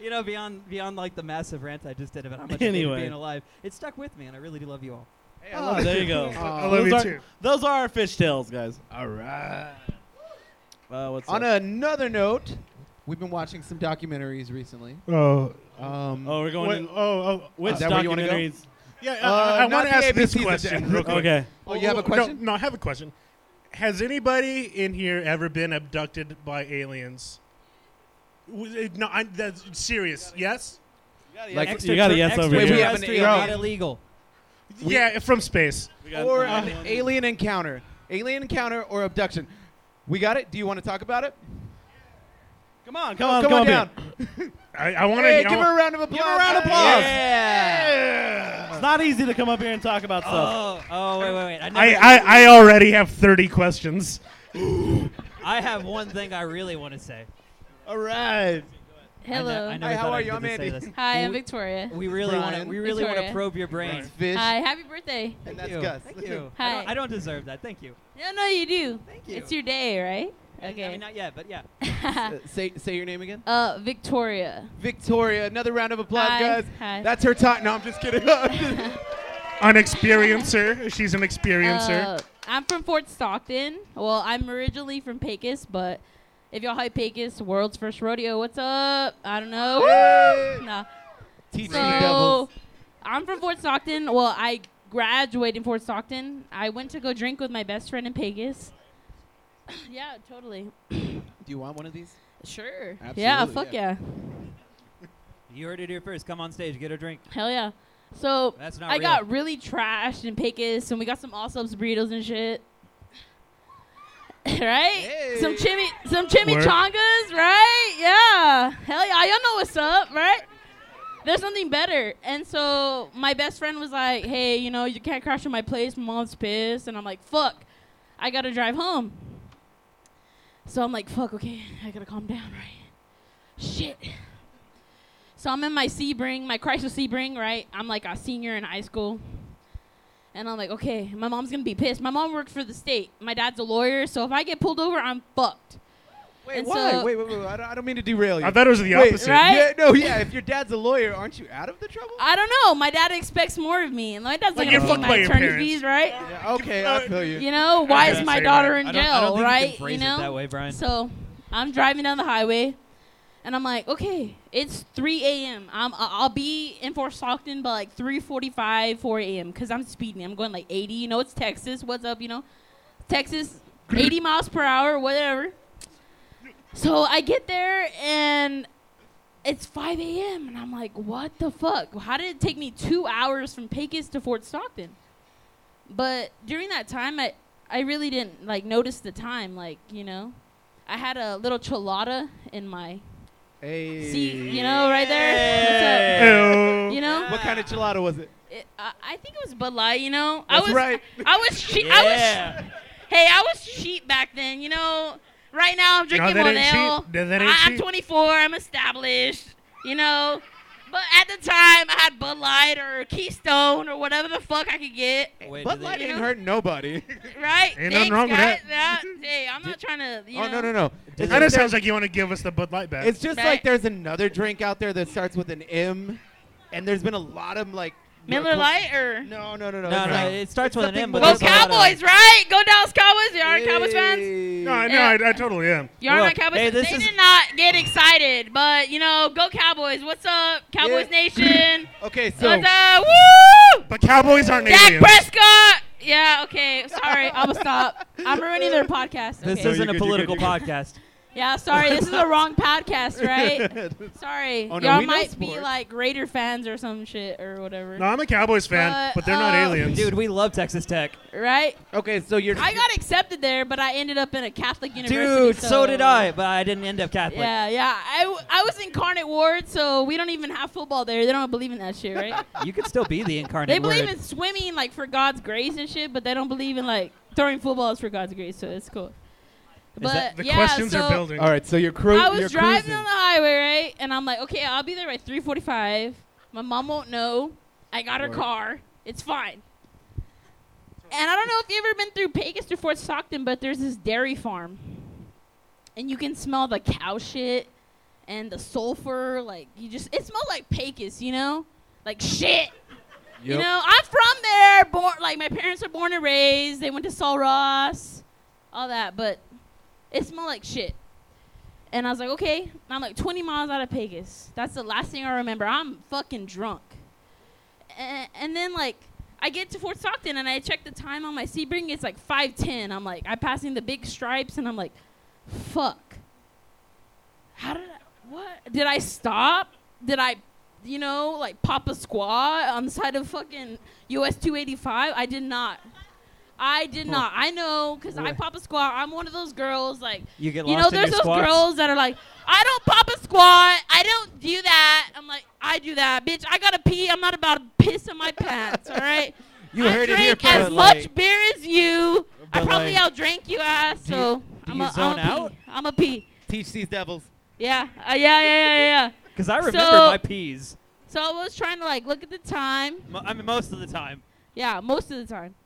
S2: you know, beyond beyond like the massive rant I just did about how much I hated
S6: Anyway.
S2: being alive, it stuck with me, and I really do love you all.
S4: Hey, I
S6: Oh,
S4: love it.
S6: there you go.
S3: I love
S6: those
S3: you
S6: are,
S3: too.
S6: Those are our fish tails, guys.
S4: All right.
S6: Uh, what's
S4: On
S6: up?
S4: another note, we've been watching some documentaries recently.
S3: Oh,
S4: Um,
S6: oh, we're going.
S3: what,
S6: to,
S3: oh, oh,
S6: which
S4: is that where you wanna go?
S6: documentaries?
S3: yeah. I-
S4: Uh,
S3: I,
S4: not
S3: want
S4: the
S3: to ask this
S4: ABCs of
S3: question
S4: death.
S3: real quick.
S6: Okay.
S4: Oh, you have a question?
S3: No, no, I have a question. Has anybody in here ever been abducted by aliens? Was it- No, I, that's serious. Yes.
S4: Like,
S6: you got a yes over
S4: Wait, we
S6: here.
S4: have an
S2: Extraterrestrial, not
S4: alien.
S2: illegal.
S3: yeah, from space.
S6: We got-
S4: or
S6: uh,
S4: an alien encounter, alien encounter or abduction. We got it. Do you want to talk about it? Oh,
S6: come on, come on,
S4: Come on down.
S3: I, I want to.
S4: Hey, give her a round of applause.
S6: Give her a round of applause.
S2: Yeah.
S6: It's not easy to come up here and talk about stuff.
S2: Oh, oh, wait, wait, wait. I,
S3: I,
S2: never, I,
S3: I, I already have 30 questions.
S2: have one thing I really want to say.
S4: All right.
S9: Hello.
S2: I, ne- I never
S4: Hi, how
S2: thought
S4: are
S2: I
S4: you?
S2: could
S4: I'm
S2: say
S4: Andy.
S2: this.
S9: Hi, I'm Victoria.
S2: We really want to.
S4: Brian.
S2: We really want to
S9: Victoria.
S2: probe your brain.
S4: That's Fish.
S9: Hi, happy birthday.
S4: and
S2: Thank
S4: that's
S2: you.
S4: Gus.
S2: Thank you. I
S9: Hi.
S2: don't, I don't deserve that. Thank you.
S9: No, no, you do.
S2: Thank you.
S9: It's your day,
S2: I-
S9: right?
S2: I
S9: Okay.
S2: mean, not yet, but yeah.
S4: Uh, say say your name again.
S9: Uh, Victoria.
S4: Victoria. Another round of applause,
S9: Hi.
S4: guys.
S9: Hi.
S4: That's her time. No, I'm just kidding. I'm just-
S3: An experiencer. She's an experiencer.
S9: Uh, I'm from Fort Stockton. Well, I'm originally from Pecos, but if y'all hype Pecos, world's first rodeo. What's up? I don't know.
S4: Hey.
S9: Woo! Nah.
S4: Teach me
S9: So,
S4: doubles.
S9: I'm from Fort Stockton. Well, I graduated in Fort Stockton. I went to go drink with my best friend in Pecos. yeah, totally.
S4: Do you want one of these?
S9: Sure. yeah,
S4: Absolutely,
S9: fuck yeah.
S2: You heard it here first. Come on stage, get a drink.
S9: Hell yeah. So,
S2: That's not
S9: I
S2: real.
S9: got really trashed in Pecos, and we got some all subs burritos and shit. right? Some chimi, some chimichangas, right? Yeah. Hell yeah, y'all know what's up, right? There's nothing better. And so my best friend was like, "Hey, you know, you can't crash at my place. My mom's pissed." And I'm like, "Fuck, I gotta drive home." So I'm like, "Fuck, okay, I gotta calm down, right?" Shit. So I'm in my Sebring, my Chrysler Sebring, right? I'm like a senior in high school. And I'm like, okay, my mom's gonna be pissed. My mom worked for the state. My dad's a lawyer, so if I get pulled over, I'm fucked.
S4: Wait,
S9: And
S4: why?
S9: so-
S4: wait, wait, wait, wait. I don't, I don't mean to derail you.
S3: I thought it was the
S4: Uh, Wait,
S3: opposite.
S9: right?
S4: Yeah, no, yeah. If your dad's a lawyer, aren't you out of the trouble?
S9: I don't know. My dad expects more of me, and my dad's
S3: Like,
S9: not
S3: you're
S9: gonna pay
S3: fucked by
S9: my
S3: your
S9: attorney
S3: parents.
S9: fees, right?
S4: Yeah, okay, I feel you.
S9: You know, why
S3: Yeah.
S9: is my
S3: Say
S9: daughter
S3: that.
S9: in
S2: I
S9: jail,
S2: don't, I don't think you
S9: right?
S2: can phrase
S9: know,
S2: it that way, Brian.
S9: So I'm driving down the highway, and I'm like, okay, it's 3 a.m. I'm I- I'll be in Fort Stockton by like 3:45, 4 a.m. because I'm speeding. I'm going like 80. You know, it's Texas. What's up? You know, Texas, 80 miles per hour, whatever. So I get there and it's 5 a.m. and I'm like, what the fuck? How did it take me two hours from Pecos to Fort Stockton? But during that time, I I really didn't like notice the time. Like you know, I had a little cholada in my
S4: Hey.
S9: seat. You know, uh, right there. What's
S3: Ew.
S9: up? You know,
S4: What kind of gelato was it?
S9: It- I I think it was Bud Light. You know, I
S4: That's
S9: was
S4: right.
S9: I was cheap. I was
S2: yeah.
S9: hey, I was cheap back then. You know, right now I'm drinking
S3: that
S9: one
S3: ain't
S9: L.
S3: cheap. That- that ain't
S9: I- I'm
S3: cheap.
S9: 24. I'm established. You know, but at the time I had Bud Light or Keystone or whatever the fuck I could get.
S2: Wait,
S4: Bud
S2: did
S4: Light
S2: they,
S4: ain't hurting nobody.
S9: Right?
S3: Ain't nothing
S9: Thanks,
S3: wrong with
S9: guys. Yeah, Hey, I'm not trying to. You
S4: oh,
S9: know.
S4: no, no, no. It's
S3: That
S4: just,
S3: sounds like you want to give us the Bud Light back.
S4: it's just
S9: Right.
S4: like there's another drink out there that starts with an M, and there's been a lot of like.
S9: Miller Lite or
S4: No, no, no, no.
S2: No, no,
S4: it's not.
S2: it starts with an
S4: something
S2: M, but
S4: more-
S9: Go
S2: there's a lot of-
S9: Cowboys, right? Go Dallas Cowboys. You are Cowboys fans.
S4: Hey.
S3: no, I know. I, I totally am.
S9: You are
S2: Look,
S9: my Cowboys.
S2: hey,
S9: fans.
S2: this
S9: they
S2: is-
S9: did not get excited, but you know, go Cowboys. What's up, Cowboys
S4: Yeah.
S9: Nation?
S4: Okay, so
S9: What's up? Woo!
S3: But Cowboys aren't
S9: Dak
S3: aliens.
S9: Prescott. Yeah. Okay. Sorry. I'm gonna stop. I'm ruining their podcast.
S2: This
S9: Okay.
S2: isn't a political podcast.
S9: Yeah. Sorry. This is the wrong podcast, right? Sorry.
S4: Oh, no,
S9: Y'all
S4: we know
S9: might be
S4: sports.
S9: like Raider fans or some shit or whatever.
S3: No, I'm a Cowboys fan,
S9: But,
S3: but they're not
S9: uh,
S3: aliens.
S2: Dude, we love Texas Tech.
S9: Right?
S4: okay, so you're.
S9: I got accepted there, but I ended up in a Catholic university.
S2: Dude, so did I, but I didn't end up Catholic.
S9: Yeah, yeah. I, w- I was incarnate ward, so we don't even have football there. They don't believe in that shit, right?
S2: You could still be the incarnate
S9: they believe
S2: word.
S9: in swimming, like, for God's grace and shit, but they don't believe in, like, throwing footballs for God's grace, so it's cool. But,
S2: that-
S3: the
S9: yeah,
S3: questions
S9: so
S3: are building.
S4: All right, so you're, cru-
S9: I
S4: you're
S9: was driving
S4: cruising.
S9: on the highway, right? And I'm like, okay, I'll be there by 3:45. My mom won't know. I got her car. It's fine. And I don't know if you've ever been through Pecos or Fort Stockton, but there's this dairy farm, and you can smell the cow shit and the sulfur. Like you just, it smells like Pecos, you know, like shit. You
S4: Yep.
S9: know, I'm from there. Born like my parents are born and raised. They went to Sol Ross, all that, but it smelled like shit. And I was like, okay. And I'm like 20 miles out of Vegas. That's the last thing I remember. I'm fucking drunk. And, and then like I get to Fort Stockton and I check the time on my Sebring. It's like 5:10. I'm like I'm passing the big stripes and I'm like, fuck. How did I? What did I stop? Did I, you know, like pop a squat on the side of fucking US 285? I did not. I did not. I know because I pop a squat. I'm one of those girls like
S2: You get
S9: you know,
S2: lost in
S9: there's
S2: your
S9: those
S2: squats.
S9: girls that are like, I don't pop a squat. I don't do that. I'm like, I do that, bitch. I gotta pee. I'm not about to piss in my pants. All right.
S2: You
S9: I
S2: heard it
S9: drink
S2: here
S9: as
S2: first.
S9: much
S2: Like,
S9: beer as you. I
S2: But,
S9: probably
S2: like,
S9: outdrank you ass.
S2: do you-
S9: So
S2: do
S9: I'm
S2: you
S9: a,
S2: zone
S9: I'm a
S2: out?
S9: pee. I'm a pee.
S4: Teach these devils.
S9: Yeah. Uh, yeah. Yeah. Yeah. Yeah. yeah.
S2: Because I remember
S9: So-
S2: my peas.
S9: So I was trying to like look at the time.
S2: Mo- I mean, most of the time.
S9: Yeah, most of the time.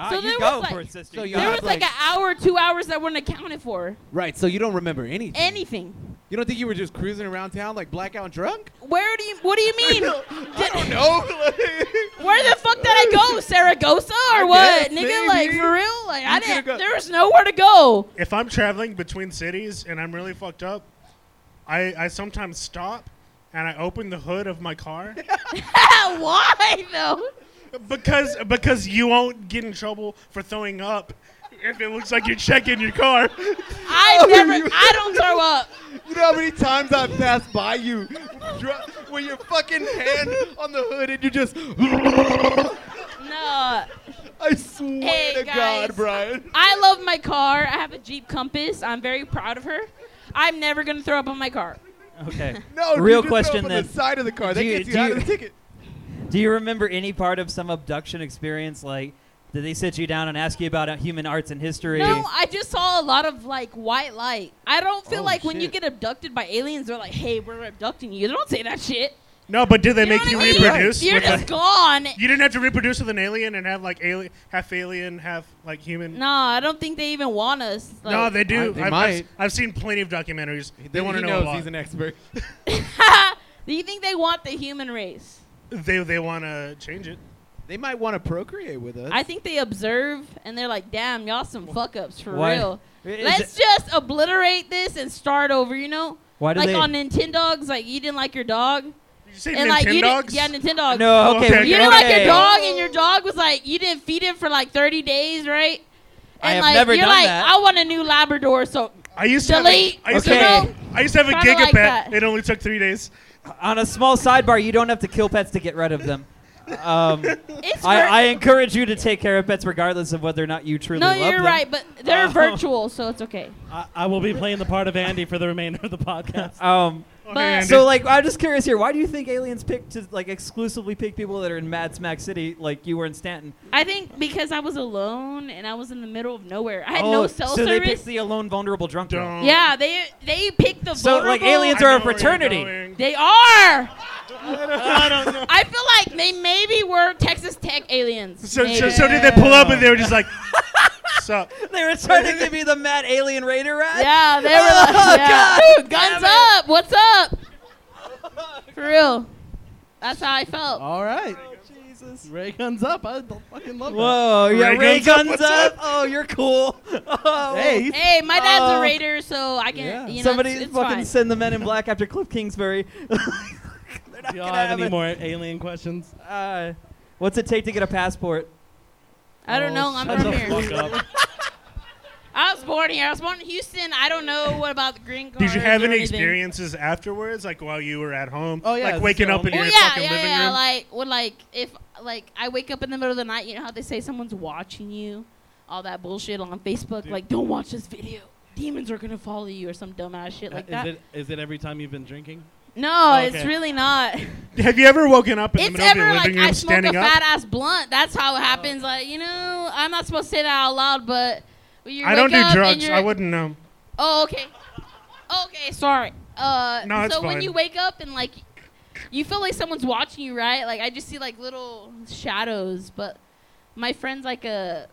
S2: Ah,
S9: So
S2: you
S9: there
S2: go
S9: was,
S2: for
S9: like-
S2: it, sister.
S4: So
S2: You
S4: you
S2: go.
S9: There
S4: have,
S9: was like
S4: like-
S9: an hour, two hours that weren't accounted for.
S4: Right, so you don't remember anything.
S9: Anything.
S4: you don't think you were just cruising around town like blackout drunk?
S9: Where do you? What do you mean?
S4: I don't know.
S9: Where the fuck did I go? Saragossa or
S4: I
S9: what,
S4: guess,
S9: nigga?
S4: maybe.
S9: Like for real? Like I
S4: You could've
S9: didn't.
S4: got-
S9: there was nowhere to go.
S3: If I'm traveling between cities and I'm really fucked up, I, I sometimes stop and I open the hood of my car
S9: Why though?
S3: because because you won't get in trouble for throwing up if it looks like you're checking your car.
S9: I never. I don't throw up.
S4: you know how many times I've passed by you dr- with your fucking hand on the hood and you just.
S9: No.
S4: I swear
S9: Hey,
S4: to
S9: guys.
S4: God, Brian.
S9: I love my car. I have a Jeep Compass. I'm very proud of her. I'm never gonna throw up on my car.
S2: Okay.
S4: No, dude,
S2: Real
S4: just throw
S2: question
S4: up on
S2: then.
S4: the side of the car.
S2: Do
S4: That
S2: you-
S4: gets you,
S2: do
S4: out
S2: you-
S4: of the ticket.
S2: Do you remember any part of some abduction experience? Like, did they sit you down and ask you about uh, human arts and history?
S9: No, I just saw a lot of like white light. I don't feel
S4: Oh,
S9: like when you
S4: shit.
S9: get abducted by aliens, they're like, "Hey, we're abducting you." They don't say that shit.
S3: No, but did they
S9: You know
S3: make
S9: what
S3: you
S9: I mean?
S3: reproduce?
S9: You're
S3: with a-
S9: just gone.
S3: you didn't have to reproduce with an alien and have like alien, half alien, half like human.
S9: No, I don't think they even want us. Like,
S3: no, they do.
S4: I- they
S3: I've, I've,
S4: might.
S3: I've seen plenty of documentaries. They
S4: He
S3: want to know
S4: knows
S3: a lot.
S4: He's an expert.
S9: Do you think they want the human race?
S3: they they want to change it.
S4: they might want to procreate with us.
S9: I think they observe and they're like, "Damn, y'all some fuck ups for
S2: Why-
S9: real."
S2: Is
S9: Let's
S2: it-
S9: just obliterate this and start over. You know,
S2: why do
S9: like
S2: they?
S9: on Nintendogs, like you didn't like your dog,
S3: Did you say
S9: and like you didn't,
S3: Nintendogs?
S9: yeah, Nintendogs.
S2: no,
S3: Oh,
S2: okay.
S3: okay,
S2: we
S9: you
S2: get
S9: didn't like
S2: it.
S9: your dog, and your dog was like you didn't feed it for like thirty days, right?
S2: I
S9: And
S2: have
S9: like
S2: never
S9: you're
S2: done
S9: like,
S2: that.
S9: I want a new Labrador, so
S3: I used to
S9: delete.
S3: Have a, I used
S2: Okay.
S3: to have a, I used to have a
S9: Kinda like
S3: gigapet.
S9: that.
S3: it only took three days.
S2: On a small sidebar, you don't have to kill pets to get rid of them. Um,
S9: it's
S2: I,
S9: vir-
S2: I encourage you to take care of pets regardless of whether or not you truly
S9: no,
S2: love
S9: you're
S2: them.
S9: right, but they're
S2: Oh.
S9: virtual, so it's okay.
S6: I, I will be playing the part of Andy for the remainder of the podcast.
S2: Um,
S9: But-
S2: so like, I'm just curious here. Why do you think aliens pick to like exclusively pick people that are in Mad Smack City, like you were in Stanton?
S9: I think because I was alone and I was in the middle of nowhere. I had
S2: oh,
S9: no cell
S2: so they
S9: service.
S2: picked the alone, vulnerable drunk. girl.
S3: Don't.
S9: yeah, they they picked the
S2: So, like,
S9: vulnerable-
S2: aliens
S3: I
S2: are a
S3: know where you're
S2: fraternity.
S3: going.
S9: They are.
S3: I don't know.
S9: I feel like they maybe were Texas Tech aliens.
S3: So, so,
S9: Maybe.
S3: so did they pull up and they were just like, "Sup?"
S2: They were starting to be the mad alien raider rat.
S9: Yeah, they were like, yeah. Dude, guns up. What's up? For real. That's how I felt.
S10: All right.
S2: Jesus.
S10: Ray guns up. I don't fucking love
S2: Whoa, yeah,
S3: Ray
S2: ray,
S3: guns up,
S2: guns
S3: what's
S2: up. Oh, you're cool. Oh.
S10: that. Hey, he's-
S9: Hey, my dad's
S2: Oh.
S9: a Raider, so I can.
S10: Yeah.
S9: You know,
S2: Somebody
S9: it's, it's
S2: fucking
S9: fine.
S2: send the men in black after Cliff Kingsbury. They're not
S10: do
S2: gonna
S10: y'all have
S2: have
S10: any
S2: it.
S10: more alien questions?
S2: Uh, what's it take to get a passport?
S9: I don't know. I'm
S10: Shut
S9: from
S10: the
S9: here.
S10: fuck up.
S9: I was born here. I was born in Houston. I don't know what about the green card.
S3: Did you have
S9: or
S3: any
S9: anything.
S3: experiences afterwards, like while you were at home?
S10: Oh, yeah,
S3: like
S10: it's
S3: waking
S10: your
S3: up in
S10: own-
S9: Well,
S3: your
S9: yeah,
S3: fucking
S9: yeah,
S3: living
S9: yeah.
S3: room.
S9: Like, would like if like I wake up in the middle of the night. You know how they say someone's watching you, all that bullshit on Facebook. Like, don't watch this video. Demons are gonna follow you or some dumbass
S3: Uh,
S9: shit like
S6: Is
S9: that.
S6: it, is it every time you've been drinking?
S9: no,
S6: Oh,
S9: it's
S6: okay.
S9: really not.
S3: Have you ever woken up in the
S9: It's
S3: middle of
S9: ever
S3: your
S9: like
S3: living
S9: I
S3: room
S9: smoke a
S3: standing
S9: fat
S3: up? Oh.
S9: ass blunt. That's how it happens. Like you know, I'm not supposed to say that out loud, but when you
S3: I don't
S9: wake
S3: do
S9: up and
S3: drugs.
S9: you're-
S3: I wouldn't know.
S9: Oh, okay. Okay, sorry. Uh,
S3: No, it's
S9: so when
S3: fine.
S9: you wake up and like, you feel like someone's watching you, right? Like I just see like little shadows, but my friend's like a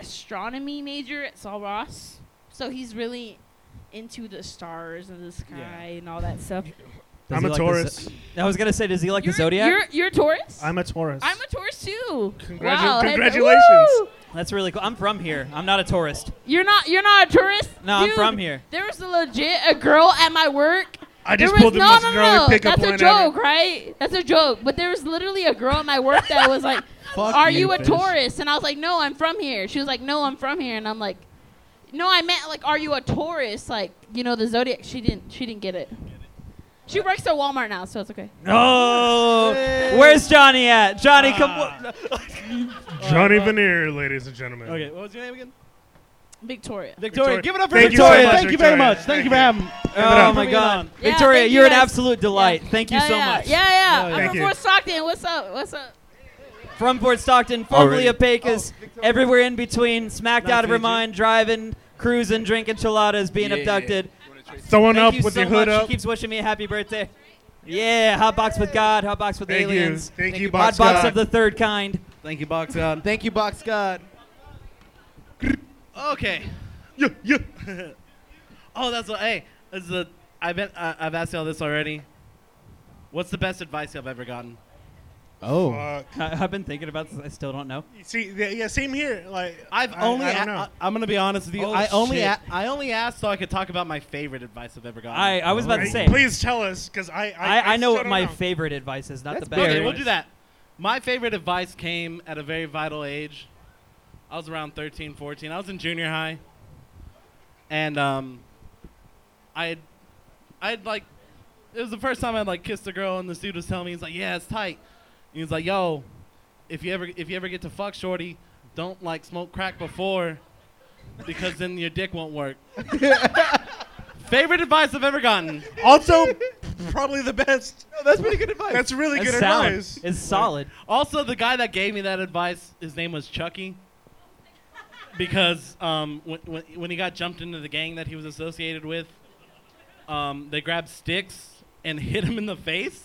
S9: astronomy major at Saul Ross, so he's really into the stars and the sky and all that stuff.
S2: Does
S3: I'm
S2: he
S3: a
S2: like the
S3: Taurus.
S2: zo- I was gonna say, does he like
S9: you're,
S2: the zodiac?
S9: You're, you're a Taurus.
S3: I'm a Taurus.
S9: I'm a Taurus too.
S3: Congratu-
S9: wow, heck-
S3: congratulations.
S9: woo!
S2: That's really cool. I'm from here. I'm not a tourist.
S9: You're not you're not a tourist.
S2: No, I'm
S9: Dude,
S2: from here.
S9: There was a legit a girl at my work.
S3: I just
S9: there was,
S3: pulled the
S9: no,
S3: most
S9: no,
S3: gnarly
S9: no,
S3: pickup
S9: That's a
S3: line
S9: joke,
S3: ever.
S9: right? That's a joke. But there was literally a girl at my work that was like,
S10: Fuck
S9: "Are you a
S10: fish.
S9: tourist?" And I was like, "No, I'm from here." She was like, "No, I'm from here." And I'm like, "No, I meant like, are you a tourist?" Like, you know, the zodiac. She didn't. She didn't get it. She works at Walmart now, so it's okay.
S2: Oh, where's Johnny at? Johnny, come.
S3: Ah. Oh Johnny Veneer, ladies and gentlemen.
S6: Okay, what was your name again?
S9: Victoria.
S6: Victoria.
S3: Victoria.
S6: Give it up for
S3: Thank you so
S6: Victoria.
S3: much,
S6: Thank you very
S3: Victoria.
S6: much. Thank you for having
S2: oh my
S6: Bring it
S2: God,
S6: on.
S9: Yeah,
S2: Victoria,
S9: thank you
S2: you're an
S9: guys.
S2: absolute delight. Thank you
S9: yeah,
S2: so
S9: yeah.
S2: much.
S9: Yeah, yeah. I'm
S3: Thank
S9: from
S3: you.
S9: Fort Stockton. What's up? What's up?
S2: From Fort Stockton,
S3: Oh,
S2: formerly Apacas,
S4: Oh, Victoria.
S2: everywhere in between, smacked
S4: Nice
S2: out of
S4: to
S2: her
S4: meet you.
S2: mind, driving, cruising, drinking chiladas, being
S4: Yeah.
S2: abducted.
S3: Throwing
S2: Thank
S3: up
S2: you
S3: with
S2: so
S3: your hood
S2: much.
S3: up.
S2: She keeps wishing me a happy birthday. Yeah, hot box with God, hot box with
S3: Thank you.
S2: aliens,
S3: Thank you,
S2: hot
S3: Box
S2: box
S3: God.
S2: of the third kind.
S6: Thank you, Box God.
S4: Thank you, Box God.
S6: Okay. Yeah, yeah. oh, that's what. Hey, is the I've been uh, I've asked y'all this already. What's the best advice y'all have ever gotten?
S4: Oh.
S3: Fuck.
S2: I, I've been thinking about this. I still don't know.
S3: Uh, See, th- yeah, same here. Like
S6: I've
S3: I-
S6: only
S3: I don't
S6: a-
S3: know.
S6: I, am gonna be honest with you.
S2: Oh,
S6: I only
S2: shit.
S6: a- I only asked so I could talk about my favorite advice I've ever gotten.
S2: I, I was about to
S3: Right,
S2: say.
S3: Please tell us, because I I,
S2: I, I, know
S3: still
S2: what
S3: don't
S2: my favorite advice is, not
S4: That's
S2: the best.
S6: okay,
S2: advice.
S6: we'll do that. My favorite advice came at a very vital age. I was around 13, 14. I was in junior high. And um, I had, I had like, it was the first time I'd like kissed a girl, and this dude was telling me, he's like, yeah, it's tight. And he was like, yo, if you ever if you ever get to fuck shorty, don't like smoke crack before, because then your dick won't work. favorite advice I've ever gotten.
S3: also probably the best.
S4: No, that's pretty good advice.
S3: That's really
S2: It's
S3: good
S2: sound.
S3: advice.
S2: It's solid.
S6: Also, the guy that gave me that advice, his name was Chucky. Because um, when, when, when he got jumped into the gang that he was associated with, um, they grabbed sticks and hit him in the face.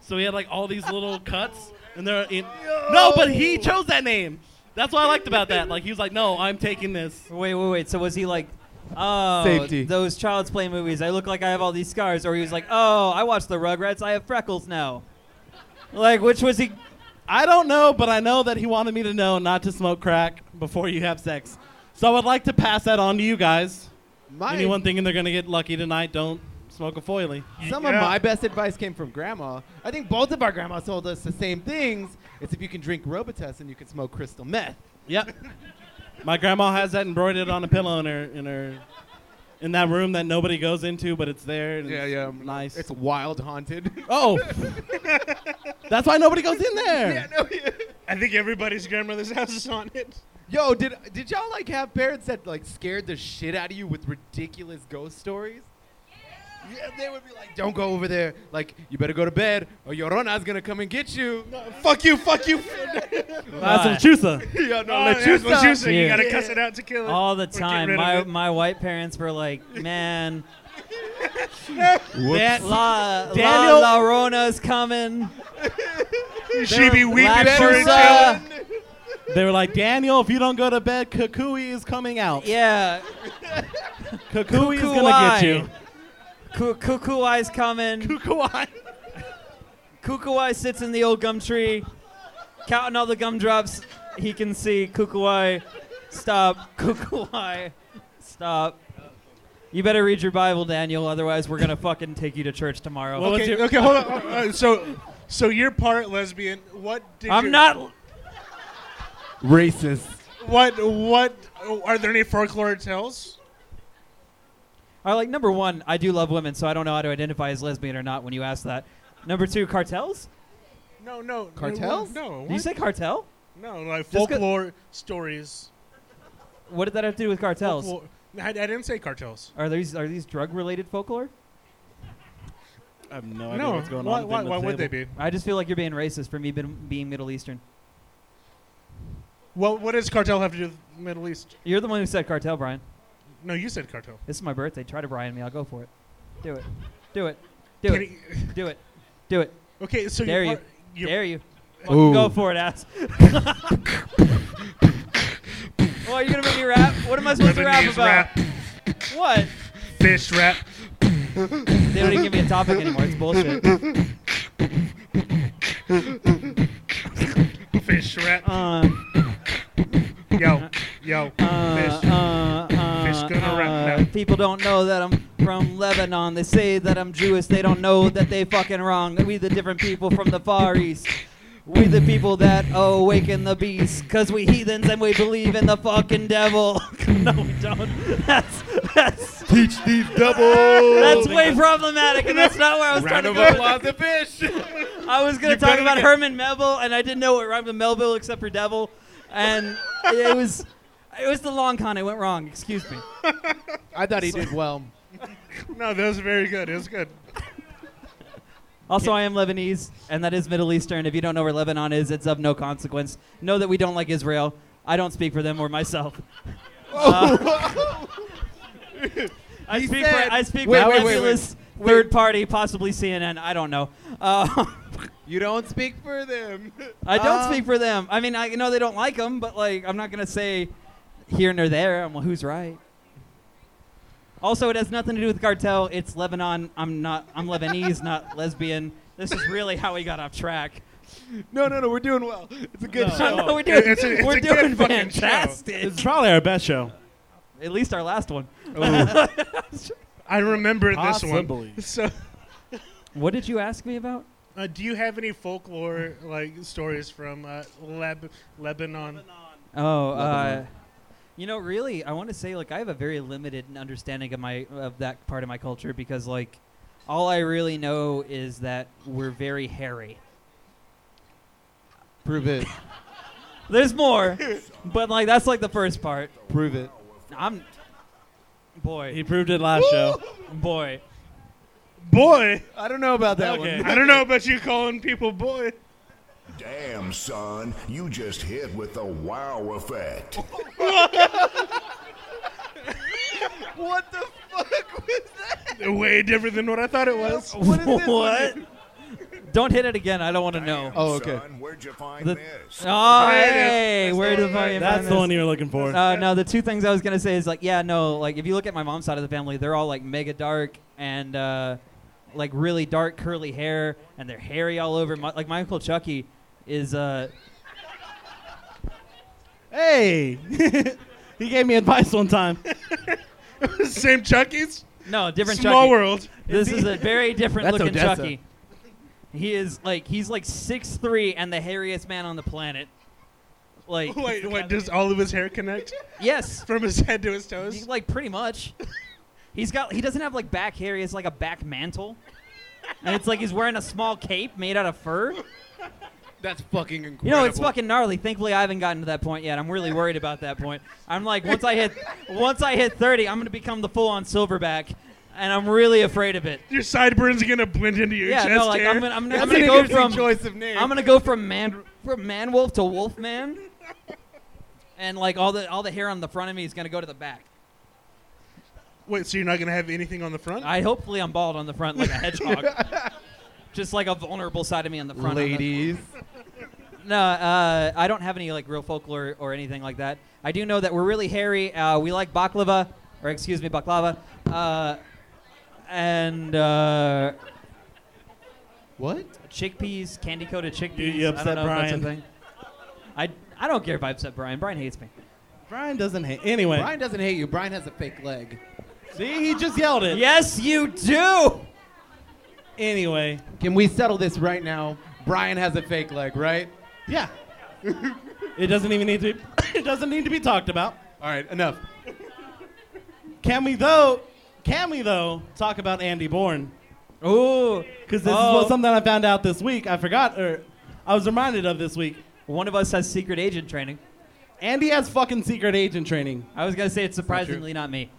S6: So he had like all these little cuts. And they're in, no, but he chose that name. That's what I liked about that. Like he was like, no, I'm taking this.
S2: Wait, wait, wait. So was he like, oh,
S4: Safety.
S2: those child's play movies? I look like I have all these scars, or he was like, oh, I watched the Rugrats. I have freckles now. Like, which was he?
S6: I don't know, but I know that he wanted me to know not to smoke crack before you have sex. So I would like to pass that on to you guys.
S4: My,
S6: Anyone thinking they're gonna get lucky tonight, don't smoke a foily.
S4: some
S3: Yeah.
S4: of my best advice came from grandma. I think both of our grandmas told us the same things. It's if you can drink Robitussin, you can smoke crystal meth.
S6: Yep. My grandma has that embroidered on a pillow in her in her in that room that nobody goes into, but it's there. And it's Nice.
S4: It's wild haunted.
S6: oh. That's why nobody goes in there.
S4: no, yeah.
S3: I think everybody's grandmother's house is on it.
S4: Yo, did did y'all like have parents that like scared the shit out of you with ridiculous ghost stories? Yeah, they would be like, "Don't go over there. Like, you better go to bed, or Yorona's gonna come and get you."
S3: Fuck you, fuck you.
S6: That's some chusa.
S4: yeah, no,
S3: Oh,
S4: let
S3: that's
S4: you
S3: what you
S4: stop.
S3: say. You
S2: Yeah.
S3: gotta cuss it out to kill it.
S2: All the
S3: Or get
S2: time,
S3: rid of
S2: my
S3: it.
S2: my white parents were like, man,
S6: Dan-
S2: La
S6: Daniel-
S2: La Rona's coming.
S3: she be weeping
S2: Black
S3: for it.
S2: Rosa.
S3: children.
S6: they were like, Daniel, if you don't go to bed, Kukui is coming out.
S2: Yeah,
S6: Kukui is gonna
S2: Kukuai.
S6: get you.
S2: Cu- Cuckoo Eye's coming.
S6: Kukui.
S2: Cuckoo Eye sits in the old gum tree, counting all the gumdrops he can see. Cuckoo Eye, stop. Cuckoo Eye, stop. You better read your Bible, Daniel. Otherwise, we're gonna fucking take you to church tomorrow.
S6: What was
S3: Okay,
S6: your-
S3: okay, hold on. Uh, so, so you're part lesbian. What did
S2: I'm
S3: your-
S2: not.
S4: Racist.
S3: What? What? Are there any folklore tales?
S2: I like number one. I do love women, so I don't know how to identify as lesbian or not when you ask that. Number two, cartels.
S3: No, no. no,
S4: Cartels?
S3: No,
S2: Did you
S3: what?
S2: say cartel?
S3: no. Like
S2: Just 'cause-
S3: folklore stories.
S2: What did that have to do with cartels?
S3: Folklore- I, I didn't say cartels.
S2: Are these are these drug related folklore?
S6: I have no idea
S3: No.
S6: what's going
S3: why
S6: on.
S3: why, why would they be?
S2: I just feel like you're being racist for me being, being Middle Eastern.
S3: Well, what does cartel have to do with Middle East?
S2: You're the one who said cartel, Brian.
S3: No, you said cartel.
S2: This is my birthday. Try to Brian me. I'll go for it. Do it. Do it. Do
S3: Can
S2: it.
S3: he-
S2: Do it. Do it.
S3: okay, so
S2: Dare
S3: you're, part- you're
S2: Dare you.
S4: Ooh.
S2: Go for it, ass. well, you're gonna make me rap. What am I supposed to rap
S3: Lebanese
S2: about?
S3: rap,
S2: What?
S3: fish rap.
S2: They don't even give me a topic anymore. It's bullshit.
S3: Fish rap.
S2: Uh,
S3: yo, yo,
S2: uh, uh,
S3: fish.
S2: uh,
S3: Fish gonna rap
S2: uh,
S3: now.
S2: people don't know that I'm from Lebanon. They say that I'm Jewish. They don't know that they fucking wrong. We the different people from the Far East. We the people that awaken the beast. Cause we heathens and we believe in the fucking devil. no, we don't. That's, that's,
S4: Teach these doubles.
S2: that's way problematic and that's not where I was trying
S4: Round
S2: to
S4: of
S2: go. with
S4: applause to fish.
S2: it. I was going
S4: You
S2: to talk
S4: better
S2: about
S4: get-
S2: Herman Melville and I didn't know what rhymed with Melville except for devil. And it was, it was the long con. It went wrong. Excuse me.
S4: I thought he did well.
S3: No, that was very good. It was good.
S2: Also, I am Lebanese, and that is Middle Eastern. If you don't know where Lebanon is, it's of no consequence. Know that we don't like Israel. I don't speak for them or myself.
S4: Uh,
S2: I
S4: He
S2: speak
S4: said-
S2: for I speak
S4: Wait,
S2: for
S4: wait, wait,
S2: nebulous
S4: wait.
S2: third party, possibly CNN. I don't know. Uh,
S4: You don't speak for them.
S2: I don't
S4: Uh,
S2: speak for them. I mean, I know they don't like them, but like, I'm not gonna say here nor there. I'm who's right. Also, it has nothing to do with cartel. It's Lebanon. I'm not. I'm Lebanese, not lesbian. This is really how we got off track.
S4: No, no, no. We're doing well. It's a good
S6: No.
S4: show.
S2: I know we're doing.
S3: It's a- it's
S2: we're
S3: a good
S2: doing
S3: fucking show.
S2: fantastic.
S6: It's probably our best show.
S2: At least our last one.
S3: I remember this
S6: Possibly.
S3: one. So,
S2: What did you ask me about?
S3: uh, do you have any folklore like stories from uh, Leb- Lebanon?
S2: Oh, uh,
S4: Lebanon.
S2: you know, really, I want to say like I have a very limited understanding of my of that part of my culture because like all I really know is that we're very hairy.
S4: Prove it.
S2: There's more, but like that's like the first part.
S4: Prove it.
S2: I'm
S6: He
S2: boy,
S6: proved it last show.
S2: boy.
S3: Boy,
S4: I don't know about that
S6: Okay.
S4: one.
S3: I don't know about you calling people boy.
S11: Damn, son, you just hit with the wow effect.
S4: What the fuck was that?
S3: Way different than what I thought it was.
S4: What is this?
S2: What? Don't hit it again. I don't want to know.
S4: Oh, okay.
S11: Son, where'd you find
S2: The-
S11: this?
S2: Oh,
S3: There it is.
S2: hey, where the fuck? you
S6: That's
S2: find
S6: the
S2: this?
S6: one you were looking for.
S2: Uh, no, the two things I was gonna say is like, yeah, no, like if you look at my mom's side of the family, they're all like mega dark and uh, like really dark curly hair, and they're hairy all over. My, like my uncle Chucky is uh,
S6: hey, he gave me advice one time.
S3: Same Chucky's.
S2: no different.
S3: Small
S2: Chucky.
S3: world.
S2: This is a very different
S4: That's
S2: looking
S4: Odessa.
S2: Chucky. He is like he's like six three and the hairiest man on the planet. Like
S3: Wait, what? Does all of his hair connect
S2: yes,
S3: from his head to his
S2: he-
S3: toes?
S2: like pretty much. He's got he doesn't have like back hair. He has like a back mantle, and it's like he's wearing a small cape made out of fur.
S4: That's fucking incredible.
S2: You know, it's fucking gnarly. Thankfully, I haven't gotten to that point yet. I'm really worried about that point. I'm like, once I hit, once I hit 30, I'm gonna become the full-on silverback, and I'm really afraid of it.
S3: Your sideburns are gonna blend into your
S2: Yeah,
S3: chest
S2: no, like
S3: hair.
S2: I'm gonna, I'm gonna,
S4: That's
S2: I'm
S4: an
S2: gonna go
S4: interesting
S2: from,
S4: choice of name.
S2: I'm gonna go from man, from man wolf to wolf man, and like all the all the hair on the front of me is gonna go to the back.
S3: Wait, so you're not gonna have anything on the front?
S2: I hopefully I'm bald on the front like a hedgehog, just like a vulnerable side of me on the front. on the-
S4: Ladies.
S2: No, uh, I don't have any like real folklore or anything like that. I do know that we're really hairy. Uh, we like baklava, or excuse me, baklava, uh, and uh,
S4: What?
S2: chickpeas, candy coated chickpeas.
S6: You- you
S2: I
S6: upset
S2: don't know if that's a
S6: Brian.
S2: thing. I I don't care if I upset Brian. Brian hates me.
S6: Brian doesn't hate. Anyway,
S4: Brian doesn't hate you. Brian has a fake leg.
S6: see, he just yelled it.
S2: Yes, you do.
S6: Anyway,
S4: Can we settle this right now? Brian has a fake leg, right?
S6: yeah. it doesn't even need to. Be, it doesn't need to be talked about.
S4: All right, enough.
S6: Can we though? Can we though talk about Andy Bourne?
S2: Ooh,
S6: Because this
S2: Oh.
S6: is what, something I found out this week. I forgot, or I was reminded of this week.
S2: one of us has secret agent training.
S6: Andy has fucking secret agent training.
S2: I was gonna say it's surprisingly not me.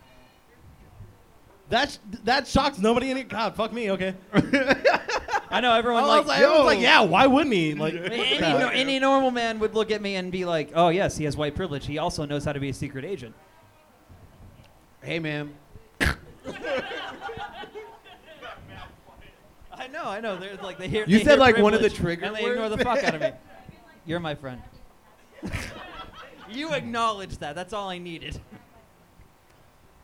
S6: That sh- that shocks nobody in it. God, fuck me. Okay.
S2: I know everyone
S6: I
S2: like
S6: was Oh, like, everyone's like, yeah. Why wouldn't he? Like,
S2: Any, no, any normal man would look at me and be like, "Oh yes, he has white privilege. He also knows how to be a secret agent."
S4: Hey, ma'am.
S2: I know, I know. They're like they hear.
S4: You
S2: they
S4: said,
S2: hear
S4: like, one of
S2: privilege,
S4: the trigger
S2: and they ignore
S4: words.
S2: the fuck out of me. You're my friend. you acknowledge that. That's all I needed.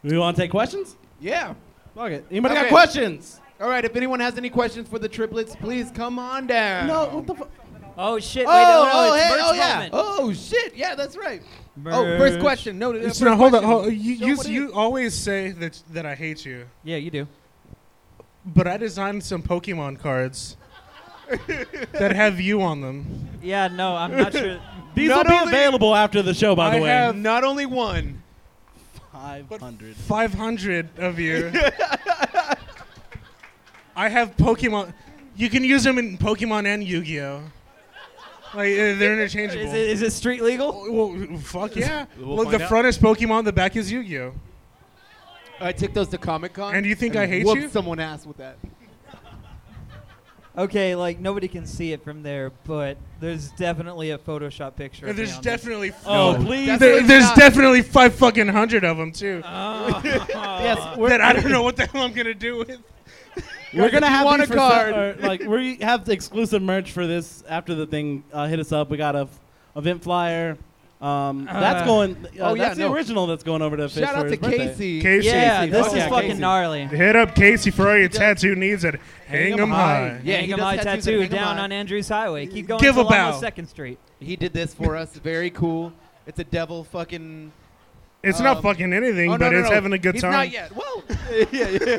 S6: we want to take questions.
S4: Yeah.
S6: Fuck it. Anybody
S4: Okay.
S6: got questions?
S4: All right, if anyone has any questions for the triplets, please come on down.
S6: No. What the fuck?
S2: Oh shit!
S4: Oh,
S2: wait, no, no,
S4: oh,
S2: it's
S4: hey,
S2: merch
S4: oh, yeah.
S2: moment.
S4: Oh, shit. Yeah, that's right. Oh, first
S2: Merch.
S4: question. No, no, no,
S3: So
S4: first
S3: now, hold on.
S4: question.
S3: Hold, you
S4: Show
S3: you,
S4: what it
S3: you
S4: is.
S3: always say that that I hate you,
S2: Yeah, you do.
S3: but I designed some Pokemon cards that have you on them.
S2: Yeah, no, I'm not sure.
S6: These
S4: Not
S6: will be
S4: only-
S6: available after the show, by the
S3: I
S6: way.
S3: have
S4: Not only one.
S6: Five hundred.
S3: 500 of you. I have Pokemon. You can use them in Pokemon and Yu-Gi-Oh. Like uh, they're interchangeable.
S2: Is it, is it street legal?
S3: well, fuck yeah.
S4: We'll
S3: well, the
S4: find out.
S3: front is Pokemon, the back is Yu-Gi-Oh.
S4: I took those to Comic Con.
S3: And you think I hate
S4: whooped
S3: you?
S4: someone ass with that.
S2: Okay, like nobody can see it from there, but there's definitely a Photoshop picture. of me
S3: There's
S2: on this.
S3: definitely
S6: Oh,
S4: No.
S6: please.
S4: That's-
S3: there,
S4: It's
S3: there's
S4: not-
S3: definitely five fucking hundred of them too.
S2: Oh.
S6: yes.
S3: Uh, that I don't know what the hell I'm gonna do with.
S6: We're gonna
S4: if you
S6: have
S4: want
S6: these
S4: a
S6: for se-
S4: card.
S6: or, like we have the exclusive merch for this after the thing. Uh, hit us up. We got a f- event flyer. Um, that's
S2: Uh,
S6: going. Uh,
S4: oh, yeah,
S6: that's the
S4: no.
S6: original that's going over to Fish
S4: Shout
S6: for
S4: out to
S6: his birthday.
S4: Casey.
S3: Casey.
S2: Yeah,
S4: Oh,
S6: Casey,
S2: this
S6: fuck
S2: is
S6: yeah,
S2: fucking
S6: Casey.
S2: gnarly.
S3: Hit up Casey for all your tattoo needs at Hang 'em High.
S4: Yeah,
S2: hang
S4: he
S2: a
S4: does
S2: my
S4: tattoos
S2: tattoo
S4: and hang 'em
S2: down
S4: high.
S2: on Andrews Highway. Keep going
S3: Give
S2: till
S3: a bow.
S2: almost Second Street.
S4: He did this for us. Very cool. It's a devil fucking.
S3: It's not
S4: Um,
S3: fucking anything,
S4: Oh, no,
S3: but
S4: no,
S3: it's
S4: no.
S3: having a good
S4: He's
S3: time.
S4: Not yet. Well, yeah, yeah.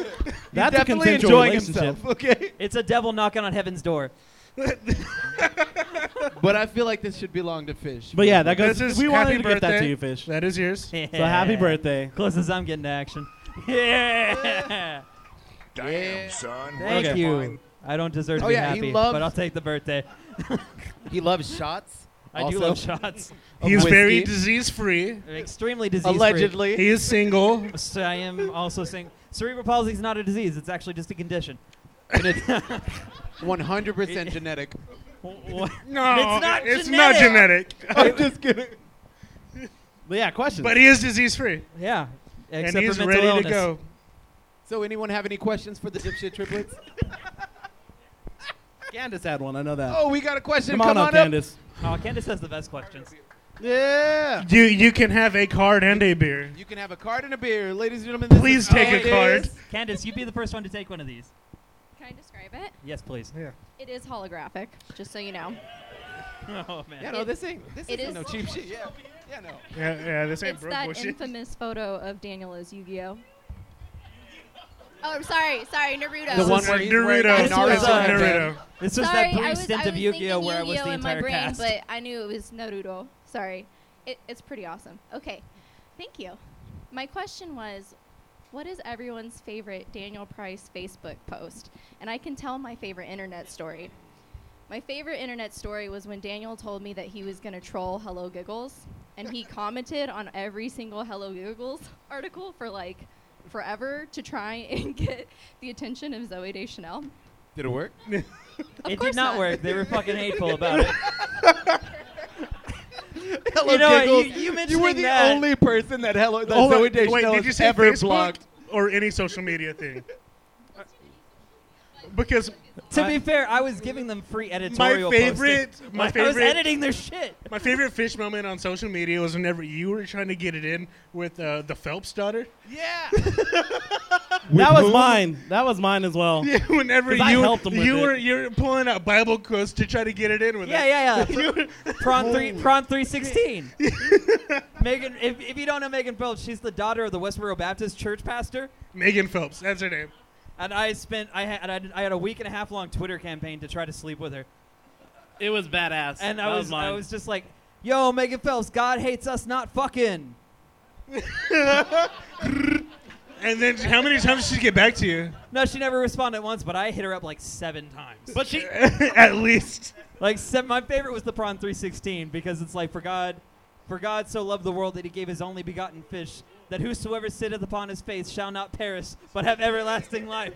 S6: That's a
S4: Definitely
S6: consensual
S4: enjoying
S6: relationship.
S4: himself. Okay.
S2: It's a devil knocking on heaven's door.
S4: But I feel like this should belong to fish.
S6: But yeah, that
S3: This
S6: goes.
S3: is
S6: We wanted
S3: happy
S6: to get that to
S3: birthday.
S6: you, Fish. So
S3: That is yours.
S6: happy birthday.
S2: Close as I'm getting to action. Yeah.
S11: Damn, son.
S2: Thank
S6: Okay.
S2: you. I don't deserve to
S4: Oh,
S2: be
S4: yeah, he
S2: happy,
S4: loves-
S2: but I'll take the birthday.
S4: he loves shots.
S2: I
S4: Also-
S2: do love shots.
S3: He's
S4: whiskey.
S3: very disease free.
S2: I'm extremely disease
S4: Allegedly.
S3: He is single.
S2: So I am also saying cerebral palsy is not a disease. It's actually just a condition.
S4: And it's 100% genetic.
S2: Wha-
S3: No,
S2: It's not
S3: it's not genetic. Oh,
S4: I'm just kidding.
S6: But yeah, questions.
S3: but he is disease free,
S2: yeah. Except
S3: and he's
S2: for mental
S3: ready
S2: illness.
S3: to go.
S4: So, anyone have any questions for the dipshit triplets?
S6: Candace had one. I know that.
S4: Oh, we got a question.
S6: Come on up, Candace.
S2: Oh, Candace has the best questions.
S4: Yeah.
S3: You you can have a card and a beer.
S4: You can have a card and a beer, ladies and gentlemen. this
S3: Please
S4: is
S3: take
S4: all
S3: a
S4: it
S3: card.
S4: is.
S2: Candace, you'd be the first one to take one of these.
S12: Can I describe it?
S2: Yes, please.
S12: It is holographic, just so you know.
S2: Oh man.
S4: Yeah, no, this ain't this
S12: It
S4: isn't no
S12: is-
S4: cheap shit. Yeah, yeah, no.
S3: Yeah, yeah this ain't
S12: It's
S3: broke
S12: that
S3: bullshit.
S12: infamous photo of Daniel as Yu-Gi-Oh. Oh, I'm sorry, sorry, Naruto.
S4: The one
S3: It's
S4: where
S3: a
S4: he's
S3: Naruto.
S4: wearing
S2: that Naruto
S3: It's a
S2: outfit.
S3: Naruto.
S2: This was
S12: sorry,
S2: that brief
S12: I was,
S2: stint
S12: I
S2: of
S12: was
S2: Yu-Gi-Oh
S12: thinking
S2: where I was
S12: Yu-Gi-Oh
S2: the
S12: in my
S2: entire
S12: brain,
S2: cast.
S12: but I knew it was Naruto. Sorry, it, it's pretty awesome. Okay, thank you. My question was, what is everyone's favorite Daniel Price Facebook post? And I can tell my favorite internet story. My favorite internet story was when Daniel told me that he was going to troll Hello Giggles, and he commented on every single Hello Giggles article for like forever to try and get the attention of Zoe Deschanel.
S4: Did it work?
S12: Of
S2: it
S12: course
S2: did not,
S12: not.
S2: work. They were fucking hateful about it.
S4: Hello,
S2: know what,
S4: giggles.
S2: you- you
S4: were
S2: mentioning
S4: the
S2: that-
S4: only person that hello that
S3: Hold on,
S4: Zoe Deschanel
S3: wait, did
S4: has
S3: you say
S4: ever
S3: Facebook
S4: blocked.
S3: or any social media thing? Because
S2: to be fair, I was giving them free
S3: my
S2: editorial.
S3: favorite, my
S2: posting. I was
S3: favorite
S2: editing their shit.
S3: My favorite fish moment on social media was whenever you were trying to get it in with uh, the Phelps daughter.
S4: Yeah.
S6: that was mine. That was mine as well.
S3: Yeah, whenever
S6: 'Cause I
S3: you
S6: helped him with
S3: you
S6: it.
S3: were you were pulling out Bible quotes to try to get it in with
S2: Yeah,
S3: it.
S2: yeah, yeah. Prawn three, prawn three sixteen. Megan, if, if you don't know Megan Phelps, she's the daughter of the Westboro Baptist Church pastor.
S3: Megan Phelps, that's her name.
S2: And I spent, I had, I did- I had a week and a half long Twitter campaign to try to sleep with her.
S6: It was badass.
S2: And
S3: Oh,
S6: That
S2: I was, I
S6: mine.
S2: was just like, "Yo, Megan Phelps, God hates us not fucking."
S3: And then how many times did she get back to you?
S2: No, she never responded once, but I hit her up like seven times.
S6: But she.
S3: At least.
S2: Like se- my favorite was the prawn 316 because it's like for God, for God so loved the world that he gave his only begotten fish that whosoever sitteth upon his face shall not perish but have everlasting life.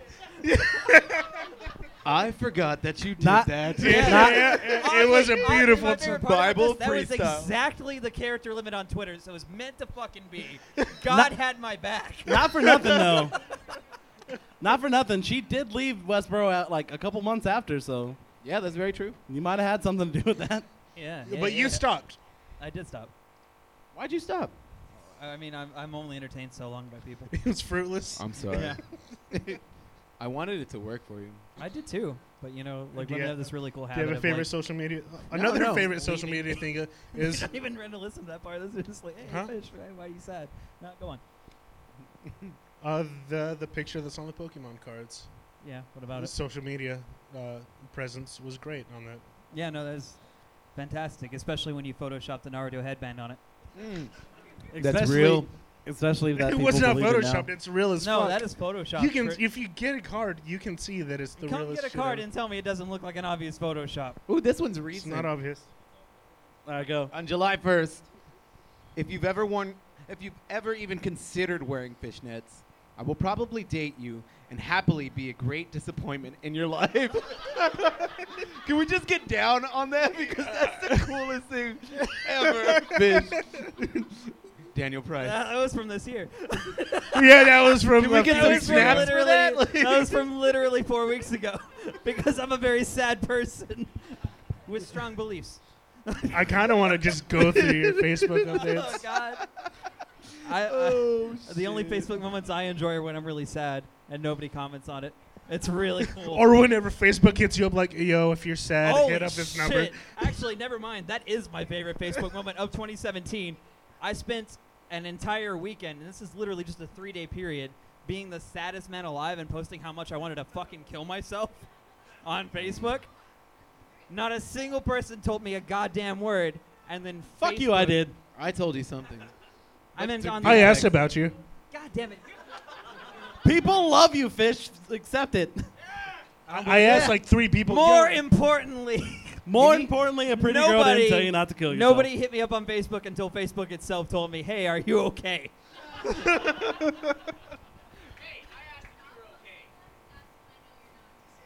S4: I forgot that you did
S6: Not-
S4: that.
S3: Yeah,
S6: Not-
S3: yeah, it- it
S2: Honestly,
S3: was
S2: honestly,
S3: a
S2: Oh my
S3: beautiful.
S2: favorite
S3: T-
S2: part about
S4: Bible
S2: this, That was
S4: freestyle.
S2: exactly the character limit on Twitter, so it was meant to fucking be.
S6: Not-
S2: God had my back.
S6: Not for nothing though. Not for nothing. She did leave Westboro at, like a couple months after, so
S4: Yeah, that's very true.
S6: you might have had something to do with that.
S2: Yeah,
S3: but you stopped.
S2: I did stop.
S4: Why'd you stop?
S2: I mean, I'm, I'm only entertained so long by people.
S3: It was fruitless.
S4: I'm sorry. I wanted it to work for you.
S2: I did too, but you know, like
S3: Do you
S2: women have
S3: have-
S2: this really cool
S3: Do you
S2: habit.
S3: have a
S2: of,
S3: favorite
S2: like,
S3: social media? Another
S4: no.
S3: favorite social media thing uh,
S2: I
S3: is
S2: don't even ready to listen to that part. This is just like, hey,
S3: Huh?
S2: fish, why, why are you sad? No, go on.
S3: uh, the the picture that's on the Pokemon cards.
S2: Yeah, what about
S3: The
S2: it?
S3: social media uh, presence was great on that.
S2: Yeah, no, that's fantastic, especially when you photoshopped the Naruto headband on it.
S6: That's
S4: real.
S6: Especially that
S3: it
S6: people
S3: was not
S6: believe it now.
S3: photoshopped. It's real as
S2: No,
S3: fuck.
S2: that is photoshopped.
S3: You can,
S2: for-
S3: if you get a card, you can see that it's the
S2: come
S3: realest.
S2: get a
S3: shit
S2: card
S3: ever.
S2: and tell me it doesn't look like an obvious Photoshop.
S4: Ooh, this one's
S3: It's
S4: recent.
S3: not obvious.
S6: All right, go.
S4: On July 1st, if you've ever worn, if you've ever even considered wearing fishnets, I will probably date you and happily be a great disappointment in your life. Can we just get down on that because that's the coolest thing ever, fish? Daniel Price.
S2: That that was from this year.
S3: yeah, that was from.
S4: Can we
S3: uh,
S4: get
S2: That
S4: some
S2: was from
S4: snaps for
S2: literally-
S4: that?
S2: that was from literally four weeks ago, because I'm a very sad person with strong beliefs.
S3: I kind of want to just go through your Facebook
S2: Oh
S3: updates.
S2: God. I, I,
S3: Oh,
S2: the only Facebook moments I enjoy are when I'm really sad and nobody comments on it. It's really cool.
S3: Or whenever Facebook hits you up, like, yo, if you're sad,
S2: Holy
S3: hit up this
S2: shit.
S3: number.
S2: Actually, never mind. That is my favorite Facebook moment of 2017. I spent an entire weekend, and this is literally just a three day period, being the saddest man alive and posting how much I wanted to fucking kill myself on Facebook. Not a single person told me a goddamn word, and then
S6: Fuck you, I
S2: Facebook-
S6: did.
S4: I told you something.
S2: I meant on the
S3: I asked about you.
S2: God damn it.
S6: People love you, fish. Accept it.
S3: I asked like three people.
S2: More
S3: yo,
S2: importantly,
S6: More
S2: You need-
S6: importantly, a pretty girl
S2: Nobody-
S6: didn't tell you not to kill yourself.
S2: Nobody hit me up on Facebook until Facebook itself told me, "Hey, are you okay?"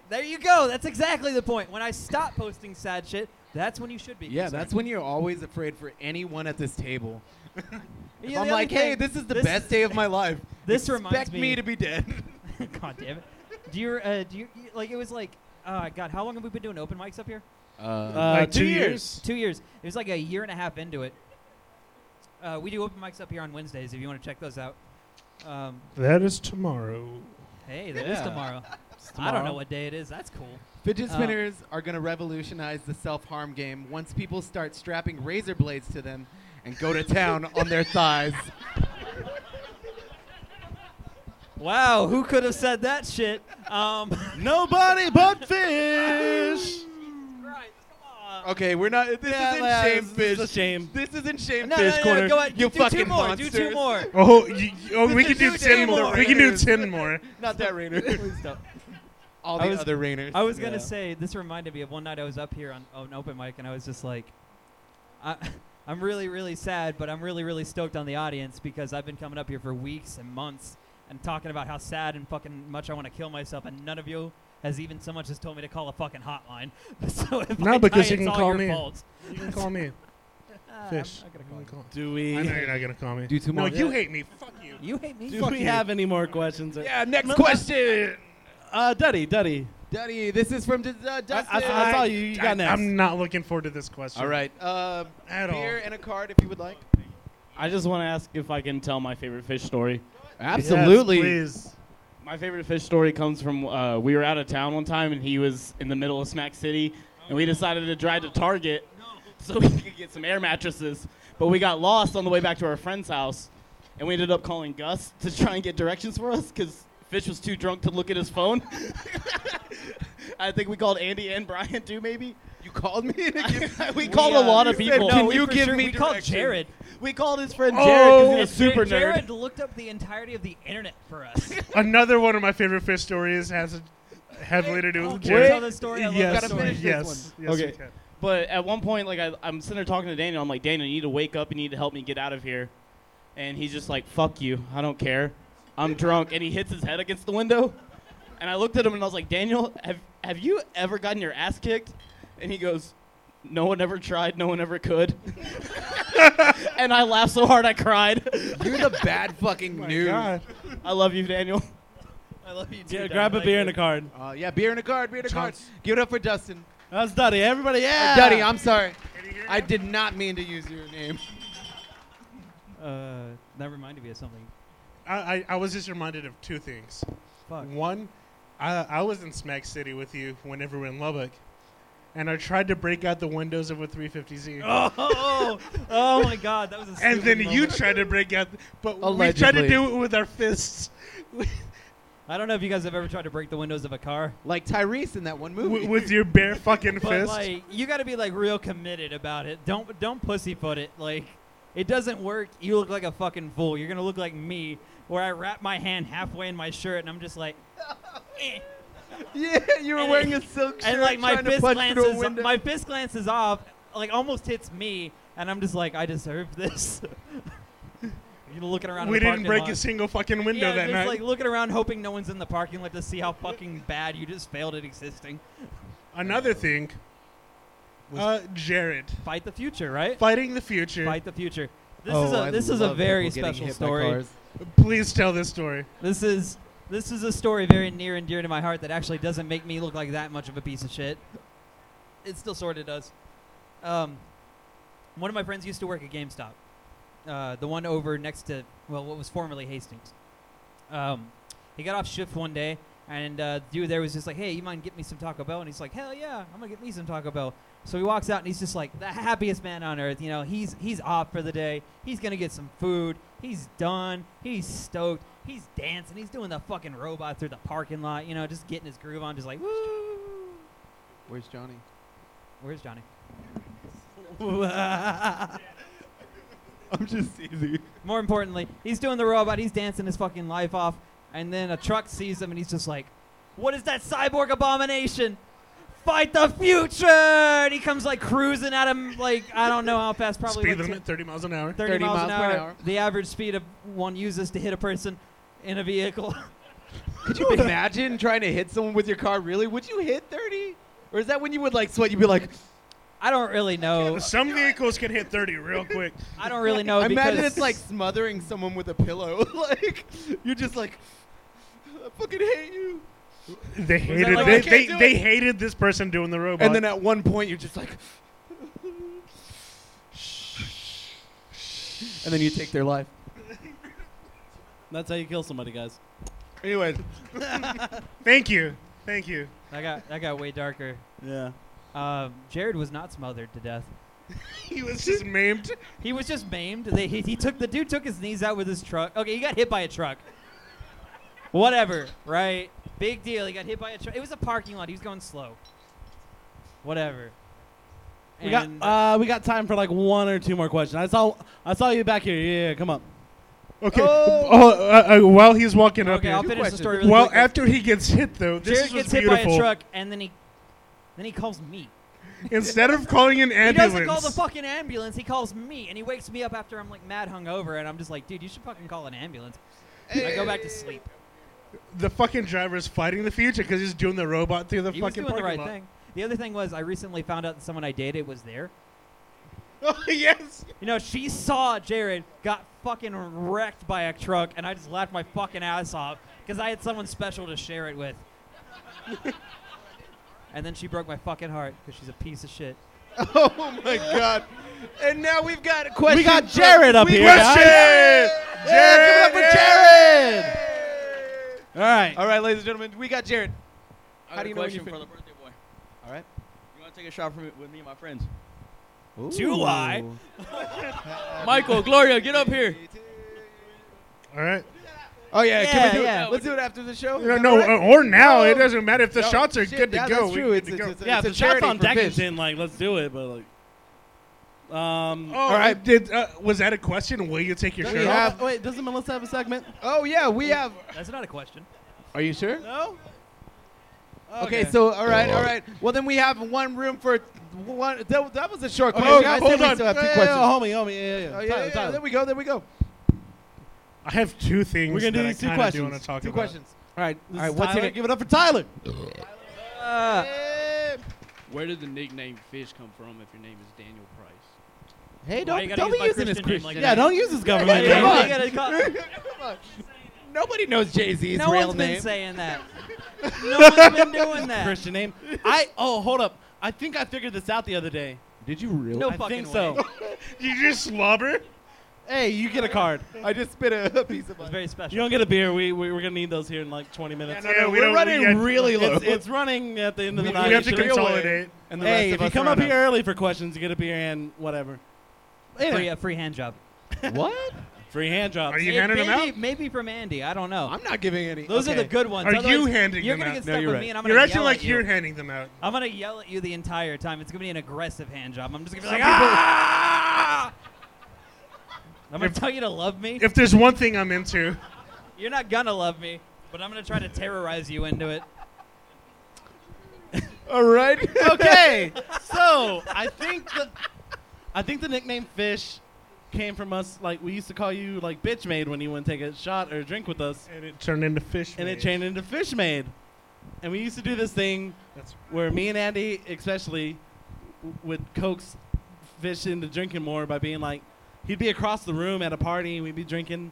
S2: There you go. That's exactly the point. When I stop posting sad shit, that's when you should be.
S4: Yeah,
S2: concerned.
S4: that's when you're always afraid for anyone at this table.
S2: You know, the
S4: I'm
S2: other
S4: like, hey,
S2: thing-
S4: this is the best day of my life.
S2: This reminds
S4: Expect
S2: me.
S4: me to be dead.
S2: God damn it. Do you uh, do you you- like? It was like, uh, God, how long have we been doing open mics up here?
S6: Uh,
S3: like
S6: two years.
S2: Two years. It was like a year and a half into it. Uh, we do open mics up here on Wednesdays. If you want to check those out. Um,
S3: That is tomorrow.
S2: Hey, that is
S6: Yeah.
S2: tomorrow. I
S6: tomorrow.
S2: don't know what day it is. That's cool.
S4: Fidget
S2: Uh,
S4: spinners are going to revolutionize the self harm game once people start strapping razor blades to them and go to town on their thighs.
S2: Wow, who could have said that shit? Um,
S6: Nobody but fish.
S4: Okay, we're not. This isn't
S6: yeah,
S4: shame
S6: this
S4: fish.
S6: is a shame.
S4: This isn't shame
S2: no, no,
S4: fish
S2: no,
S4: corner.
S2: no, go ahead.
S4: You,
S2: do
S4: fucking
S2: two more.
S4: monsters.
S2: Do two more.
S3: Oh, you, oh we can do
S2: Dude,
S3: ten
S2: two
S3: more.
S2: more.
S3: We can do ten more.
S4: Not that Rainer.
S2: Please don't.
S4: All
S2: I
S4: the
S2: was-
S4: other Rainers.
S2: I was gonna
S6: Yeah.
S2: say this reminded me of one night I was up here on, on open mic and I was just like, I, I'm really really sad, but I'm really really stoked on the audience because I've been coming up here for weeks and months and talking about how sad and fucking much I want to kill myself, and none of you has even so much as told me to call a fucking hotline. so if
S3: No,
S2: I
S3: because
S2: die,
S3: you can
S2: it's all
S3: call
S2: your
S3: me.
S2: fault.
S3: You can call me.
S2: Uh,
S3: Fish.
S2: I'm not gonna call you.
S6: Do
S3: I know
S6: we?
S3: you're not gonna call me.
S4: Do two
S3: no,
S4: more.
S3: you hate me. Fuck you.
S2: You hate me.
S6: Do we have any more questions?
S4: Yeah, next question.
S6: Uh, Duddy, Duddy.
S4: Duddy, this is from D- uh,
S6: I,
S4: Dustin.
S6: I, I saw you. You got next.
S3: I, am not looking forward to this question.
S4: all right. Uh,
S3: At all.
S4: beer and a card if you would like.
S8: I just want to ask if I can tell my favorite fish story.
S3: Yes,
S4: Absolutely.
S3: please.
S8: My favorite fish story comes from uh, we were out of town one time and he was in the middle of Smack City and we decided to drive to Target so we could get some air mattresses. But we got lost on the way back to our friend's house and we ended up calling Gus to try and get directions for us because Fish was too drunk to look at his phone. I think we called Andy and Brian too, maybe.
S4: you called me. To give,
S8: We called a lot of
S4: You said,
S8: people.
S4: Can
S2: we
S4: you
S2: for
S4: give
S2: sure-
S4: me
S2: We called
S4: directions?"
S2: Jared.
S8: We called his friend Jared because he was a
S2: Jared-
S8: super nerd.
S2: Jared looked up the entirety of the internet for us.
S3: Another one of my favorite fish stories has a, have related to
S2: Oh,
S3: Jared.
S2: tell the story. I love
S3: yes,
S2: the story.
S3: yes, yes.
S8: Okay.
S3: we can.
S8: But at one point, like I, I'm sitting there talking to Daniel. I'm like, Daniel, you need to wake up. You need to help me get out of here. And he's just like, fuck you. I don't care. I'm drunk. And he hits his head against the window. And I looked at him and I was like, Daniel, have, have you ever gotten your ass kicked? And he goes, no one ever tried. No one ever could. and I laughed so hard I cried.
S4: You're the bad fucking news.
S3: God.
S8: I love you, Daniel.
S2: I love you too.
S6: Yeah,
S2: Dad.
S6: grab a
S2: Thank
S6: beer
S2: you.
S6: and a card.
S4: Uh, yeah, beer and a card. Beer and a card. Give it up for Dustin.
S6: That's Duddy. Everybody, yeah.
S4: Duddy, I'm sorry.
S3: Can you hear
S4: I
S3: me?
S4: did not mean to use your name.
S2: Uh, that reminded me of something.
S3: I, I, I was just reminded of two things.
S2: Fuck.
S3: One, I, I was in Smack City with you whenever we were in Lubbock, and I tried to break out the windows of a 350Z.
S2: Oh, oh, oh my God, that was a.
S3: and
S2: stupid
S3: then you
S2: moment.
S3: tried to break out, but we tried to
S4: Allegedly.
S3: do it with our fists. with,
S2: I don't know if you guys have ever tried to break the windows of a car,
S4: Like Tyrese in that one movie.
S3: with your bare fucking
S2: but
S3: fist.
S2: like you got to be like real committed about it. Don't don't pussyfoot it. Like it doesn't work. You look like a fucking fool. You're gonna look like me, where I wrap my hand halfway in my shirt and I'm just like. eh.
S4: yeah, you were
S2: And-
S4: wearing a silk shirt
S2: and like my
S4: trying to
S2: fist
S4: punch through a
S2: glances,
S4: window.
S2: my fist glances off, like almost hits me, and I'm just like, I deserve this. you know, looking around.
S3: we
S2: in the parking
S3: didn't break
S2: lot.
S3: a single fucking window
S2: yeah,
S3: that
S2: just
S3: night.
S2: like looking around, hoping no one's in the parking lot to see how fucking bad you just failed at existing.
S3: Another thing, uh, Jared
S2: Fight the future, right?
S3: fighting the future.
S2: Fight the future. This
S4: oh,
S2: is a
S4: I
S2: this is a
S4: love
S2: very
S4: people
S2: special
S4: getting hit by
S2: story.
S4: cars.
S3: Please tell this story.
S2: This is this is a story very near and dear to my heart that actually doesn't make me look like that much of a piece of shit. It still sort of does. Um, one of my friends used to work at GameStop, uh, the one over next to well, what was formerly Hastings. Um, he got off shift one day, and uh, dude there was just like, "Hey, you mind get me some Taco Bell?" And he's like, "Hell yeah, I'm gonna get me some Taco Bell." So he walks out and he's just like the happiest man on earth. You know, he's he's off for the day. He's gonna get some food. He's done. He's stoked. He's dancing. He's doing the fucking robot through the parking lot. You know, just getting his groove on. Just like, woo.
S4: Where's Johnny?
S2: Where's Johnny?
S4: I'm just easy.
S2: More importantly, he's doing the robot. He's dancing his fucking life off. And then a truck sees him and he's just like, What is that cyborg abomination? Fight the future! And he comes like cruising at him, like, I don't know how fast, probably
S3: Speed
S2: like
S3: limit, 30 miles an hour.
S2: 30,
S4: 30
S2: miles, an,
S4: miles
S2: hour,
S4: per hour.
S2: The average speed of one uses to hit a person in a vehicle.
S4: Could you imagine trying to hit someone with your car? Really? Would you hit 30? Or is that when you would like sweat? You'd be like,
S2: I don't really know.
S3: Some vehicles can hit 30 real quick.
S2: I don't really know.
S4: imagine
S2: because-
S4: it's like smothering someone with a pillow. like you're just like, I fucking hate you.
S3: They hated
S2: like-
S3: they,
S4: I
S3: they,
S4: can't do
S3: they
S4: it.
S3: hated this person doing the robot.
S4: And then at one point you're just like, and then you take their life.
S6: That's how you kill somebody, guys.
S4: Anyways,
S3: thank you. Thank you.
S2: That got, that got way darker.
S6: Yeah.
S2: Um, Jared was not smothered to death.
S3: He was just maimed.
S2: He was just maimed. They, he, he took the dude took his knees out with his truck. Okay, he got hit by a truck. Whatever, right? Big deal. He got hit by a truck. It was a parking lot. He was going slow. Whatever.
S6: We got
S2: And-
S6: uh, we got time for like one or two more questions. I saw I saw you back here. Yeah, yeah, come up.
S3: Okay. Oh, uh, uh, while he's walking up
S2: okay,
S3: here.
S2: I'll finish the
S4: questions.
S2: story. Really
S3: well,
S2: quick.
S3: after he gets hit though, this
S2: Jared
S3: was
S2: gets
S3: beautiful.
S2: hit by a truck, and then he, then he calls me.
S3: Instead of calling an ambulance,
S2: He doesn't call the fucking ambulance. He calls me, and he wakes me up after I'm like mad hungover, and I'm just like, dude, you should fucking call an ambulance. I go back to sleep.
S3: the fucking driver is fighting the future because he's doing the robot through the
S2: He was
S3: fucking
S2: doing the right
S3: parking lot.
S2: thing. The other thing was, I recently found out that someone I dated was there.
S3: Oh yes.
S2: You know, she saw Jared got fucking wrecked by a truck, and I just laughed my fucking ass off because I had someone special to share it with. and then she broke my fucking heart because she's a piece of shit.
S4: oh my god. And now we've got a question.
S6: We got
S4: from-
S6: Jared up
S4: we-
S6: here.
S4: Question!
S6: guys.
S3: Jared!
S4: Yeah, give it up for Jared!
S6: All right.
S4: All right, ladies and gentlemen, we got Jared. How do you know when you
S13: for
S4: fin-
S13: the birthday boy?
S4: All right.
S13: You want to take a shot from it with me and my friends?
S4: Do I?
S13: Michael, Gloria, get up here.
S3: All right.
S4: Oh yeah,
S2: Yeah,
S4: can we do
S2: yeah.
S4: it? Let's do it after the show.
S3: No,
S4: Is that
S3: no,
S4: all right?
S3: uh, or now
S4: No.
S3: it doesn't matter if the
S4: No,
S3: shots are
S4: shit,
S3: good to
S4: yeah,
S3: go.
S4: That's
S3: we
S4: true.
S3: good
S4: It's,
S3: to
S4: it's,
S3: go.
S4: it's,
S6: yeah, if
S4: it's a
S6: the shots
S4: charity
S6: on
S4: for
S6: deck
S4: fish.
S6: is in. Like, let's do it. But like, um,
S3: All right. Oh, Did uh, was that a question? Will you take your
S4: We
S3: shirt off?
S4: have.
S6: oh, wait, doesn't Melissa have a segment?
S4: Oh yeah, we have.
S2: That's not a question.
S4: Are you sure?
S6: No.
S4: Okay, so all right, all right. Well, then we have one room for one. That, that was a short
S3: Okay,
S4: question.
S6: Oh,
S4: I
S3: hold
S4: said we
S3: on.
S4: still have two
S6: yeah,
S4: questions.
S6: yeah, homie, homie, yeah, yeah.
S4: Oh, yeah,
S6: Tyler,
S4: yeah,
S6: Tyler.
S4: There we go. There we
S13: Uh,
S4: go.
S3: I have two things.
S6: We're gonna do
S3: that I
S6: these two
S3: kinda Do
S6: questions.
S3: wanna talk
S4: Two
S3: about.
S4: questions. All right.
S6: This
S4: all right.
S6: is
S4: What's in
S6: Tyler.
S4: it? Give it up for Tyler.
S2: Uh,
S13: Where did the nickname Fish come from if your name is Daniel Price?
S4: Hey,
S2: Why you
S4: don't
S2: gotta
S4: don't
S2: use
S4: be
S2: my
S4: using
S2: Christian
S4: his
S2: name
S4: Christian.
S2: like that?
S6: Yeah, don't use his government
S2: you
S6: name.
S4: on.
S2: gotta call-
S4: Nobody knows Jay Z's
S2: no
S4: real
S2: one's been
S4: name.
S2: saying that. No one's been doing that.
S6: Christian name. I oh hold up. I think I figured this out the other day.
S4: Did you really?
S2: No
S6: I
S2: fucking
S6: think so.
S2: way.
S3: You just slobber.
S6: hey, you get a card.
S4: I just spit a piece of.
S2: It's
S4: Money.
S2: very
S6: You
S2: special.
S6: don't get a beer. We, we we're gonna need those here in like 20 minutes.
S3: Yeah, we
S4: we're
S3: don't- we
S4: running
S3: got-
S4: really low.
S6: it's, it's running at the end of the
S3: We
S6: night.
S3: have to
S6: You should-
S3: consolidate.
S6: And
S4: the
S6: hey,
S4: rest
S6: if
S4: of
S6: you
S4: us
S6: come
S4: are
S6: up
S4: on
S6: here early for questions, you get a beer and whatever.
S2: Free, a free hand job.
S4: what?
S6: Free hand drops.
S3: Are you
S2: It-
S3: handing them
S2: maybe,
S3: out?
S2: Maybe from Andy. I don't know.
S4: I'm not giving any.
S2: Those are the
S4: okay.
S2: good ones.
S3: Are you
S2: Otherwise,
S3: handing
S2: You're
S3: them
S2: gonna get
S3: out?
S4: No,
S2: stuck
S4: you're
S2: with
S4: right.
S2: me, and I'm gonna
S3: You're acting
S2: yell
S3: like
S2: at you.
S3: you're handing them out.
S2: I'm gonna yell at you the entire time. It's gonna be an aggressive hand job. I'm just gonna be like,
S3: people-
S2: ah! I'm gonna tell you to love me.
S3: If there's one thing I'm into,
S2: You're not gonna love me, but I'm gonna try to terrorize you into it.
S4: All right.
S6: okay, so I think the I think the nickname Fish came from us. Like we used to call you like bitch made when you wouldn't take a shot or a drink with us,
S3: and it turned into fish.
S6: and it
S3: meat.
S6: changed into Fish made. And we used to do this thing
S3: That's-
S6: where me and Andy, especially, w- would coax Fish into drinking more by being like, He'd be across the room at a party, and we'd be drinking,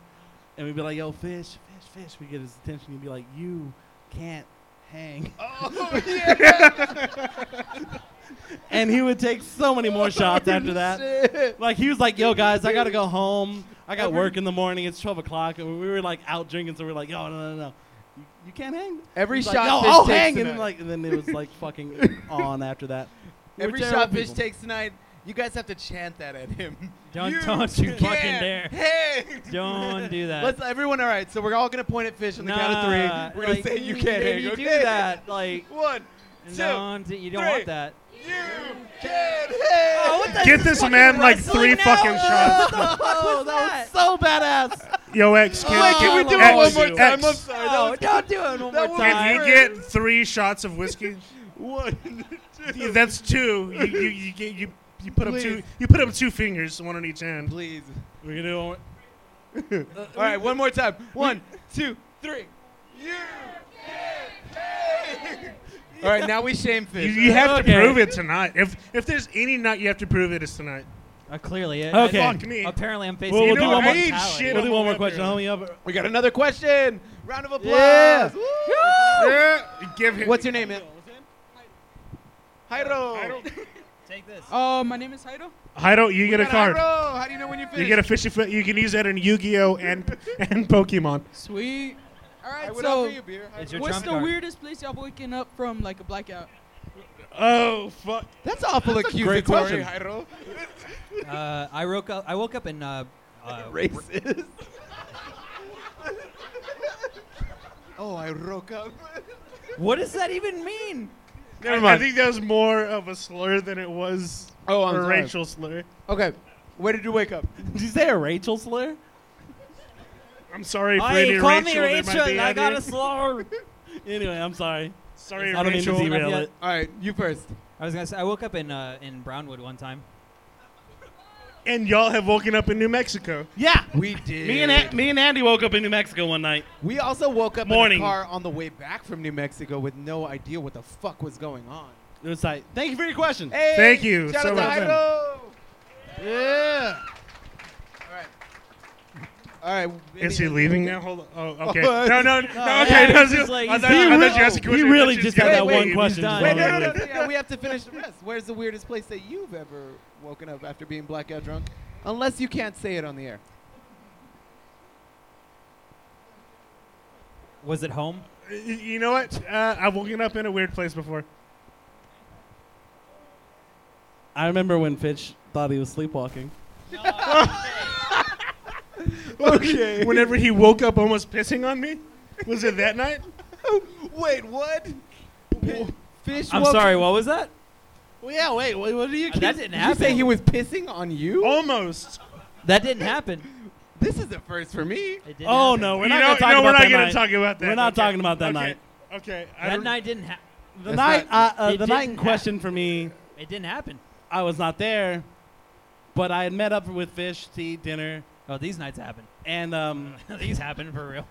S6: and we'd be like, "Yo, fish, fish, fish." We get his attention. He'd be like, "You can't hang."
S4: Oh yeah.
S6: and he would take so many more shots after that.
S4: Shit.
S6: Like he was like, "Yo, guys, I gotta go home. I got work in the morning. It's 12 o'clock." And we were like out drinking, so we were like, "Yo, no, no, no, you, you can't hang."
S4: Every
S6: He's
S4: shot
S6: like, "Yo,
S4: fish
S2: oh,
S6: I'll
S4: takes
S6: hang, and
S4: tonight.
S6: then like, and then it was like fucking on after that. We were
S4: every
S6: terrible
S4: shot fish
S6: people.
S4: takes tonight. You guys have to chant that at him.
S2: Don't- don't you fucking dare.
S4: can't hang.
S2: Don't do that.
S4: Let's everyone. All right, so we're all gonna point at fish on the count of
S2: Nah,
S4: three. We're
S2: like,
S4: gonna say you
S2: mm,
S4: can't
S2: maybe
S4: hang.
S2: you
S4: Okay.
S2: do that, like-
S4: one, two.
S2: don't, you don't
S4: three.
S2: want that. Uh,
S4: You can't hang.
S3: Get this man like three fucking shots.
S6: Oh, that was so badass.
S3: Yo, X, can,
S4: Wait, can we do it
S3: Oh, X,
S4: one more time? I'm
S3: X,
S4: sorry. That
S6: Oh,
S4: was
S2: Oh, don't do it one more
S4: that was
S2: time.
S3: Can he get three shots of whiskey?
S4: one.
S3: Yeah, That's two. You you you, get- you, you put up two.
S4: Please.
S3: You put up two fingers, one on each hand.
S4: Please.
S6: We're gonna do one.
S4: All right, one more time. One, two, three. You All right, now we shame
S3: You,
S4: fish.
S3: you have to
S2: Okay.
S3: prove it tonight. If if there's any night you have to prove it is tonight.
S2: Uh, clearly, it,
S6: Okay.
S2: I-
S3: Fuck me.
S2: Apparently, I'm facing.
S6: Well,
S2: a
S6: we'll do
S2: different
S6: one more-
S3: I ain't
S2: mentality.
S3: shit
S6: We'll do
S3: I'm
S6: one more
S3: up
S6: question.
S3: here.
S6: Homie, up.
S4: We got another question. Round of applause.
S6: Yeah.
S4: Woo.
S3: Yeah, give him.
S4: What's your name, man? Jairo.
S3: Jairo.
S2: Take this.
S1: Uh, my name is Jairo.
S3: Jairo, you get a
S4: Jairo,
S3: card.
S4: How do you know when you fish?
S3: You get a fishy. Fi- you can use that in Yu-Gi-Oh and and Pokemon.
S1: Sweet. All
S4: I
S1: right,
S4: would
S1: so
S4: offer you beer.
S2: It's your
S1: what's
S2: trump
S1: the
S2: card.
S1: weirdest place y'all waking up from like a blackout?
S3: Oh fuck!
S4: That's awful accusatory,
S6: great question.
S4: Jairo.
S2: Uh, I woke up. I woke up in. Uh, uh,
S4: Racist. oh, I roke up.
S2: what does that even mean?
S3: Never I,
S4: mind.
S3: think that was more of a slur than it was
S4: Oh,
S3: a
S4: I'm sorry.
S3: racial slur.
S4: Okay, where did you wake up?
S6: Did you say a Rachel slur?
S3: I'm sorry for
S2: Hey,
S3: any
S2: call
S3: racial.
S2: me
S3: there might
S2: Rachel.
S3: be
S2: I
S3: out
S2: got
S3: here.
S2: a slur.
S6: Anyway, I'm sorry.
S3: Sorry,
S6: I don't mean to
S3: Rachel.
S6: derail
S2: yet.
S6: it.
S4: All right, you first.
S2: I was gonna say I woke up in uh, in Brownwood one time.
S3: And y'all have woken up in New Mexico.
S6: Yeah.
S4: We did.
S6: Me and An- me and Andy woke up in New Mexico one night.
S4: We also woke up
S6: Morning.
S4: in a car on the way back from New Mexico with no idea what the fuck was going on.
S6: It was like, thank you for your question.
S4: Hey,
S3: Thank you
S4: Shout
S3: so
S4: out
S3: much.
S4: to Jairo. Yeah. All right. All right. maybe-
S3: Is he leaving now? Hold on. Oh, okay.
S4: Oh,
S3: No, no, no.
S2: yeah,
S3: okay, no,
S2: he's just like-
S3: I thought,
S6: He
S3: I
S6: re-
S3: thought you asked a
S6: he
S3: question.
S6: really
S3: I thought
S6: just
S3: you
S6: had
S3: asked
S6: that
S3: a
S6: one
S3: question.
S6: question.
S2: done.
S4: Wait,
S6: Just
S4: no,
S6: wanted
S4: no,
S6: to
S4: no,
S6: leave.
S4: no. Yeah, we have to finish the rest. Where's the weirdest place that you've ever woken up after being blackout drunk? Unless you can't say it on the air.
S2: Was it home?
S3: Y- You know what? Uh, I've woken up in a weird place before.
S6: I remember when Fitch thought he was sleepwalking.
S4: Okay.
S3: Whenever he woke up almost pissing on me. Was it that night?
S4: Wait, what? Fish.
S2: I'm
S4: woke-
S2: sorry. What was that?
S6: Well, yeah, wait, what, what do you
S2: Uh, that didn't
S4: Did you
S2: happen.
S4: say he was pissing on you?
S3: Almost.
S2: that didn't happen.
S4: This is the first for me.
S2: It didn't
S6: Oh,
S2: happen.
S6: no, we're
S3: You
S6: not
S3: know-
S6: going to talk
S3: no, we're
S6: about
S3: not
S6: that
S3: gonna
S6: night.
S3: talk about that.
S6: We're not
S3: Okay.
S6: talking about that
S3: Okay.
S6: night.
S3: Okay. I
S2: That
S3: don't-
S2: night didn't happen.
S6: The
S4: That's
S6: night, uh,
S4: not-
S6: uh,
S2: It
S6: the night
S2: didn't
S6: in question for me,
S2: It didn't happen.
S6: I was not there, but I had met up with Fish to eat dinner,
S2: Oh, these nights happen.
S6: and um,
S2: these happen for real.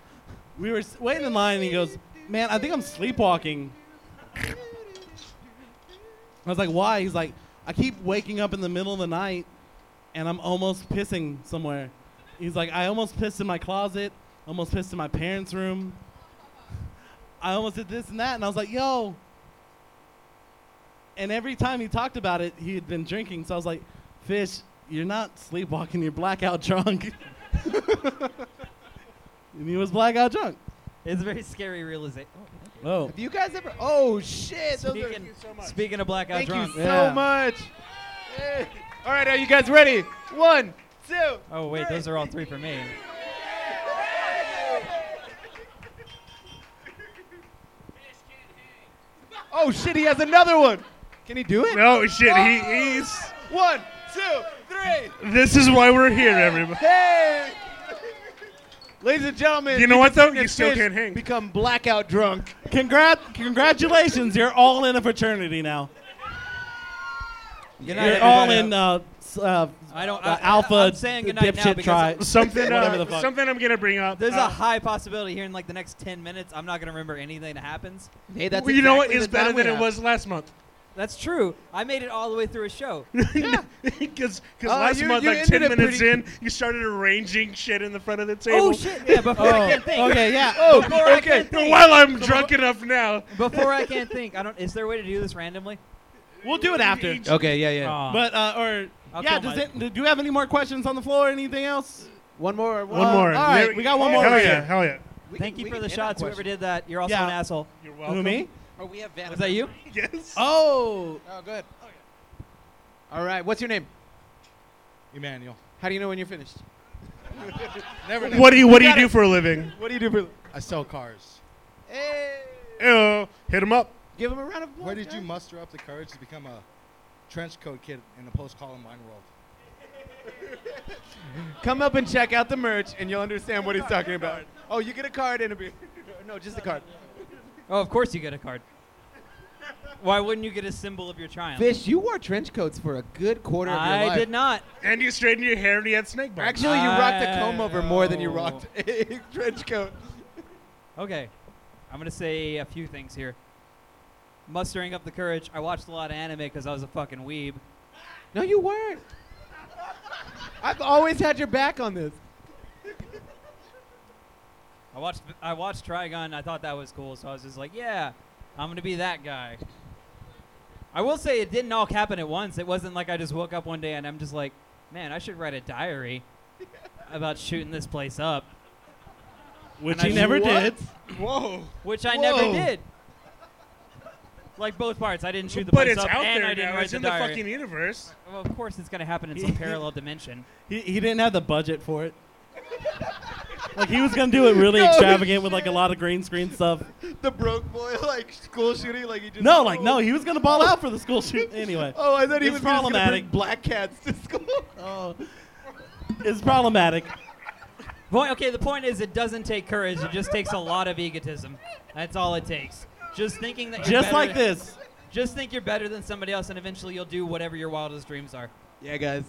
S6: we were s- waiting in line, and he goes, "Man, I think I'm sleepwalking." I was like, "Why?" He's like, "I keep waking up in the middle of the night, and I'm almost pissing somewhere." He's like, "I almost pissed in my closet, almost pissed in my parents' room. I almost did this and that," and I was like, "Yo." And every time he talked about it, he had been drinking, so I was like, "Fish, you're not sleepwalking. You're blackout drunk." and he was blackout drunk.
S2: It's a very scary realization.
S6: Oh.
S4: Have you guys ever? Oh shit! Those are,
S2: Speaking, speaking of blackout
S4: thank
S2: drunk.
S4: you so
S6: Yeah.
S4: much. Yeah. All right, are you guys ready? One, two.
S2: Oh wait, those are all three for me.
S4: Oh shit! He has another one. Can he do it? Oh.
S3: No shit. He, he's.
S4: One, two, three.
S3: This is why we're here, everybody.
S4: Hey! Ladies and gentlemen,
S3: You know what though? You
S4: Fish
S3: still can't hang.
S4: Become blackout drunk.
S6: Congrat- congratulations, you're all in a fraternity now.
S2: Good
S6: You're all in uh, s- uh,
S2: I don't.
S6: the
S2: I,
S6: alpha
S2: I'm saying good night now
S6: dipshit
S2: because
S6: tribe.
S3: Something.
S6: Whatever the
S3: Uh,
S6: fuck.
S3: something I'm gonna bring up.
S2: There's
S3: uh,
S2: a high possibility here in like the next 10 minutes, I'm not gonna remember anything that happens.
S4: Hey, that's
S3: well, you know what?
S4: exactly
S3: It's
S4: the
S3: better
S4: time we
S3: than it
S4: have.
S3: was last month.
S2: That's true. I made it all the way through a show.
S3: Because
S4: Oh,
S3: last
S4: you-
S3: month,
S4: you
S3: like
S4: ended
S3: 10
S4: up
S3: minutes
S4: pretty-
S3: in, you started arranging shit in the front of the table.
S2: oh shit! Yeah, before I can't think.
S10: Okay, yeah.
S2: Oh, before I can't
S3: And
S2: think.
S3: While I'm drunk enough now.
S2: Before I can't think. I don't. Is there a way to do this randomly?
S10: We'll do it after.
S4: Okay, yeah, yeah.
S2: Aw.
S10: But uh, or
S2: I'll
S10: yeah,
S2: kill
S10: does
S2: my-
S10: it, do you have any more questions on the floor? Anything else?
S4: One more.
S3: One more.
S10: all right,
S3: There-
S10: we got one more
S3: Hell
S10: right
S3: yeah,
S10: here.
S3: hell yeah.
S4: We
S2: Thank
S4: can-
S2: you
S4: we
S2: for
S4: can
S2: the
S4: end on
S2: shots. Whoever
S4: questions.
S2: did that, you're also
S10: Yeah.
S2: an asshole.
S3: You're
S10: Who
S3: welcome.
S10: me?
S4: Or Oh, we have Vanna.
S2: Was that you?
S3: Yes.
S10: Oh,
S4: Oh, good. All right. What's your name?
S10: Emmanuel.
S4: How do you know when you're finished?
S14: Never know.
S3: What do you What do you do for a living?
S4: What do you do for?
S14: I sell cars.
S4: Hey.
S3: Ew. Hit him up.
S4: Give him a round of applause.
S14: Where did you
S4: guys.
S14: muster up the courage to become a trench coat kid in the post Columbine world?
S4: Come up and check out the merch, and you'll understand what he's talking about. Oh, you get a card and a beer. no, just a card.
S2: Oh, of course you get a card. Why wouldn't you get a symbol of your triumph?
S4: Fish, you wore trench coats for a good quarter of your
S2: I
S4: life.
S2: did not.
S3: And you straightened your hair and you had snake bites.
S4: Actually, you rocked a comb over more than you
S2: Oh.
S4: rocked a trench coat.
S2: Okay, I'm gonna say a few things here. Mustering up the courage. I watched a lot of anime because I was a fucking weeb.
S4: No, you weren't. I've always had your back on this.
S2: I watched I watched Trigon. I thought that was cool, so I was just like, yeah, I'm gonna be that guy. I will say it didn't all happen at once. It wasn't like I just woke up one day and I'm just like, man, I should write a diary about shooting this place up,
S10: Which
S2: And I
S10: he
S2: just-
S10: never
S2: What?
S10: did.
S14: Whoa.
S2: which I never
S10: Whoa.
S2: did. Like both parts, I didn't shoot the
S3: But
S2: place
S3: it's
S2: up
S3: out
S2: and
S3: there
S2: I didn't
S3: now.
S2: write
S3: It's
S2: the
S3: in the
S2: diary.
S3: fucking universe.
S2: well, of course, it's gonna happen in some parallel dimension.
S10: He, he didn't have the budget for it. like he was gonna do it really extravagant with like a lot of green screen stuff.
S4: The broke boy, like school shooting, like he just.
S10: No, like no, he was gonna ball out for the school shoot anyway.
S4: Oh, I thought he
S10: It's
S4: was gonna bring
S10: problematic.
S4: black cats to school.
S10: Oh, it's problematic.
S2: Point, okay, the point is, it doesn't take courage. It just takes a lot of egotism. That's all it takes. Just thinking that you're
S10: Just
S2: better
S10: like
S2: than-
S10: this.
S2: Just think you're better than somebody else, and eventually you'll do whatever your wildest dreams are.
S4: Yeah, guys.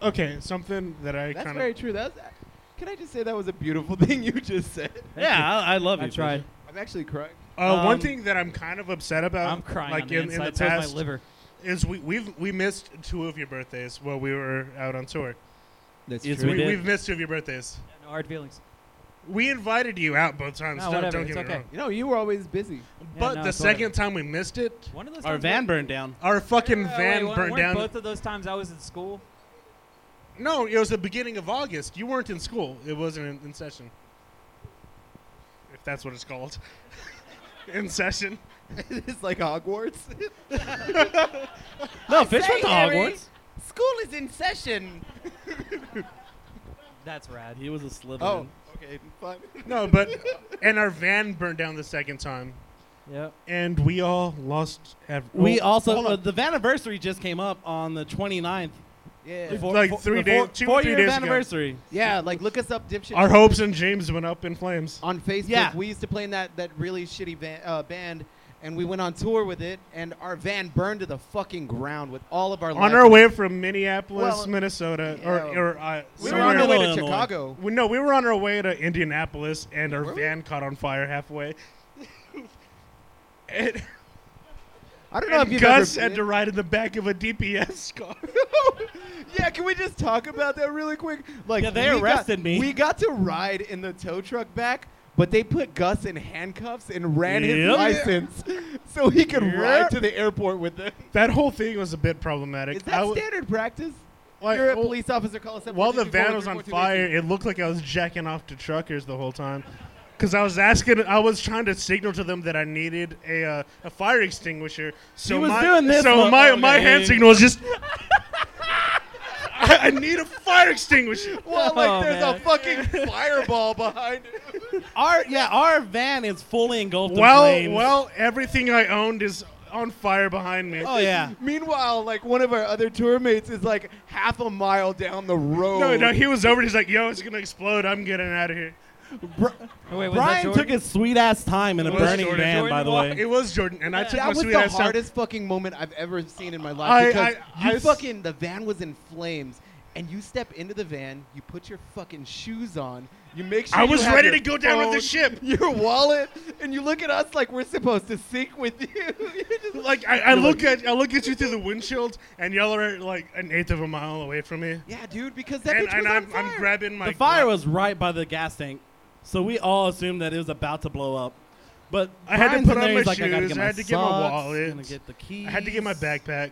S3: Okay, something that I
S4: That's
S3: kind
S4: very
S3: of.
S4: true. That's. Can I just say that was a beautiful thing you just said?
S10: Yeah, I, I love you.
S2: I tried.
S4: I'm actually crying.
S3: Uh, one
S2: Um,
S3: thing that I'm kind of upset about,
S2: I'm crying
S3: Uh, like
S2: on the
S3: in, in
S2: inside.
S3: the
S2: so is
S3: past,
S2: my liver.
S3: is we we've we missed two of your birthdays while we were out on tour.
S4: That's
S10: Yes,
S3: We,
S10: we did.
S3: have missed two of your birthdays.
S2: Yeah, no hard feelings.
S3: We invited you out both times.
S2: No,
S3: don't-
S2: whatever,
S3: don't
S2: it's
S3: get me
S2: okay.
S3: wrong.
S4: You know, you were always busy.
S3: But
S2: no,
S3: the
S2: it's whatever.
S3: second time we missed it,
S2: One of those.
S10: Our
S2: times
S10: van
S2: were-
S10: burned down.
S3: our fucking
S2: Yeah,
S3: van
S2: wait, weren't-
S3: burned
S2: weren't
S3: down.
S2: Both of those times I was in school.
S3: No, it was the beginning of August. You weren't in school. It wasn't in, in session. If that's what it's called. in session.
S4: it's like Hogwarts.
S10: No, Fish
S4: Say,
S10: went to
S4: Harry.
S10: Hogwarts.
S4: School is in session.
S2: That's rad.
S10: He was a Slytherin.
S4: Oh, okay, fine.
S3: No, but and our van burned down the second time,
S2: Yep.
S3: and we all lost. Ev-
S10: We
S3: well,
S10: also
S3: hold
S10: uh,
S3: on.
S10: the anniversary just came up on the 29th.
S4: Yeah.
S10: The four-
S3: Like
S10: four-
S3: three
S10: the four-
S3: days- two or
S10: four
S3: three
S10: year
S3: days ago.
S10: anniversary.
S4: Yeah, like look us up, dipshit.
S3: our hopes and dreams went up in flames.
S4: on Facebook,
S10: Yeah.
S4: we used to play in that, that really shitty van, uh, band, and we went on tour with it, and our van burned to the fucking ground with all of our.
S3: On
S4: live-
S3: our way from Minneapolis,
S4: Well,
S3: Minnesota,
S4: yeah.
S3: or, or uh,
S4: we were
S3: somewhere-
S4: on our way to
S10: Illinois.
S4: Chicago.
S3: We- no, we were on our way to Indianapolis, and our
S4: Were we?
S3: van caught on fire halfway. and
S4: I don't know if
S3: and
S4: you've
S3: Gus
S4: ever
S3: had to ride in the back of a DPS car.
S4: yeah, can we just talk about that really quick? Like,
S10: Yeah, they
S4: we got-
S10: arrested me.
S4: We got to ride in the tow truck back, but they put Gus in handcuffs and ran his
S10: Yep.
S4: license so he could ride to the airport with them.
S3: that whole thing was a bit problematic.
S4: Is that
S3: I w-
S4: standard practice?
S3: like,
S4: You're a
S3: well,
S4: police officer. Call us up.
S3: While the
S4: 424
S3: van was on
S4: 342
S3: fire, it looked like I was jacking off to truckers the whole time. Because I was asking, I was trying to signal to them that I needed a, uh, a fire extinguisher. So
S10: He was
S3: my,
S10: doing this
S3: So
S10: while-
S3: my,
S4: Oh,
S10: okay.
S3: my hand signal was just. I, I need a fire extinguisher.
S4: Well,
S2: Oh,
S4: like there's
S2: man.
S4: a fucking fireball behind it.
S10: Our yeah, our van is fully engulfed in
S3: Well,
S10: flames.
S3: well, everything I owned is on fire behind me.
S10: oh yeah.
S4: Meanwhile, like one of our other tour mates is like half a mile down the road.
S3: No, no, he was over. He's like, "Yo, it's gonna explode. I'm getting out of here."
S2: Oh, wait, was that
S10: Brian
S2: Jordan?
S10: took his sweet ass time in a
S3: It was
S10: burning
S3: Jordan.
S10: van,
S2: Jordan
S10: by the
S2: walked-
S10: way.
S3: It was Jordan, and I took my
S4: That was
S3: sweet
S4: the
S3: ass down.
S4: hardest fucking moment I've ever seen in my life
S3: I-
S4: because
S3: I- I
S4: you
S3: s-
S4: fucking the van was in flames and you step into the van, you put your fucking shoes on, You make sure
S3: I
S4: you
S3: was
S4: have
S3: ready
S4: your
S3: to go down with the
S4: phone,
S3: ship.
S4: Your wallet, and you look at us like we're supposed to sync with you. You're just
S3: Like I, I look at I look at you through the windshield, and y'all are like an eighth of a mile away from me.
S4: yeah, dude, because that
S3: And,
S4: bitch
S3: and
S4: was
S3: I'm,
S4: on
S3: I'm
S4: fire.
S3: grabbing Oh my
S6: the fire was right by the gas tank, so we all assumed that it was about to blow up. But
S3: I had to
S6: Brian's
S3: put
S6: in
S3: on
S6: there,
S3: my
S6: he's like, I gotta
S3: shoes,
S6: get
S3: I
S6: my
S3: had to get my
S6: socks,
S3: wallet.
S6: gonna get the keys.
S3: I had to get my backpack.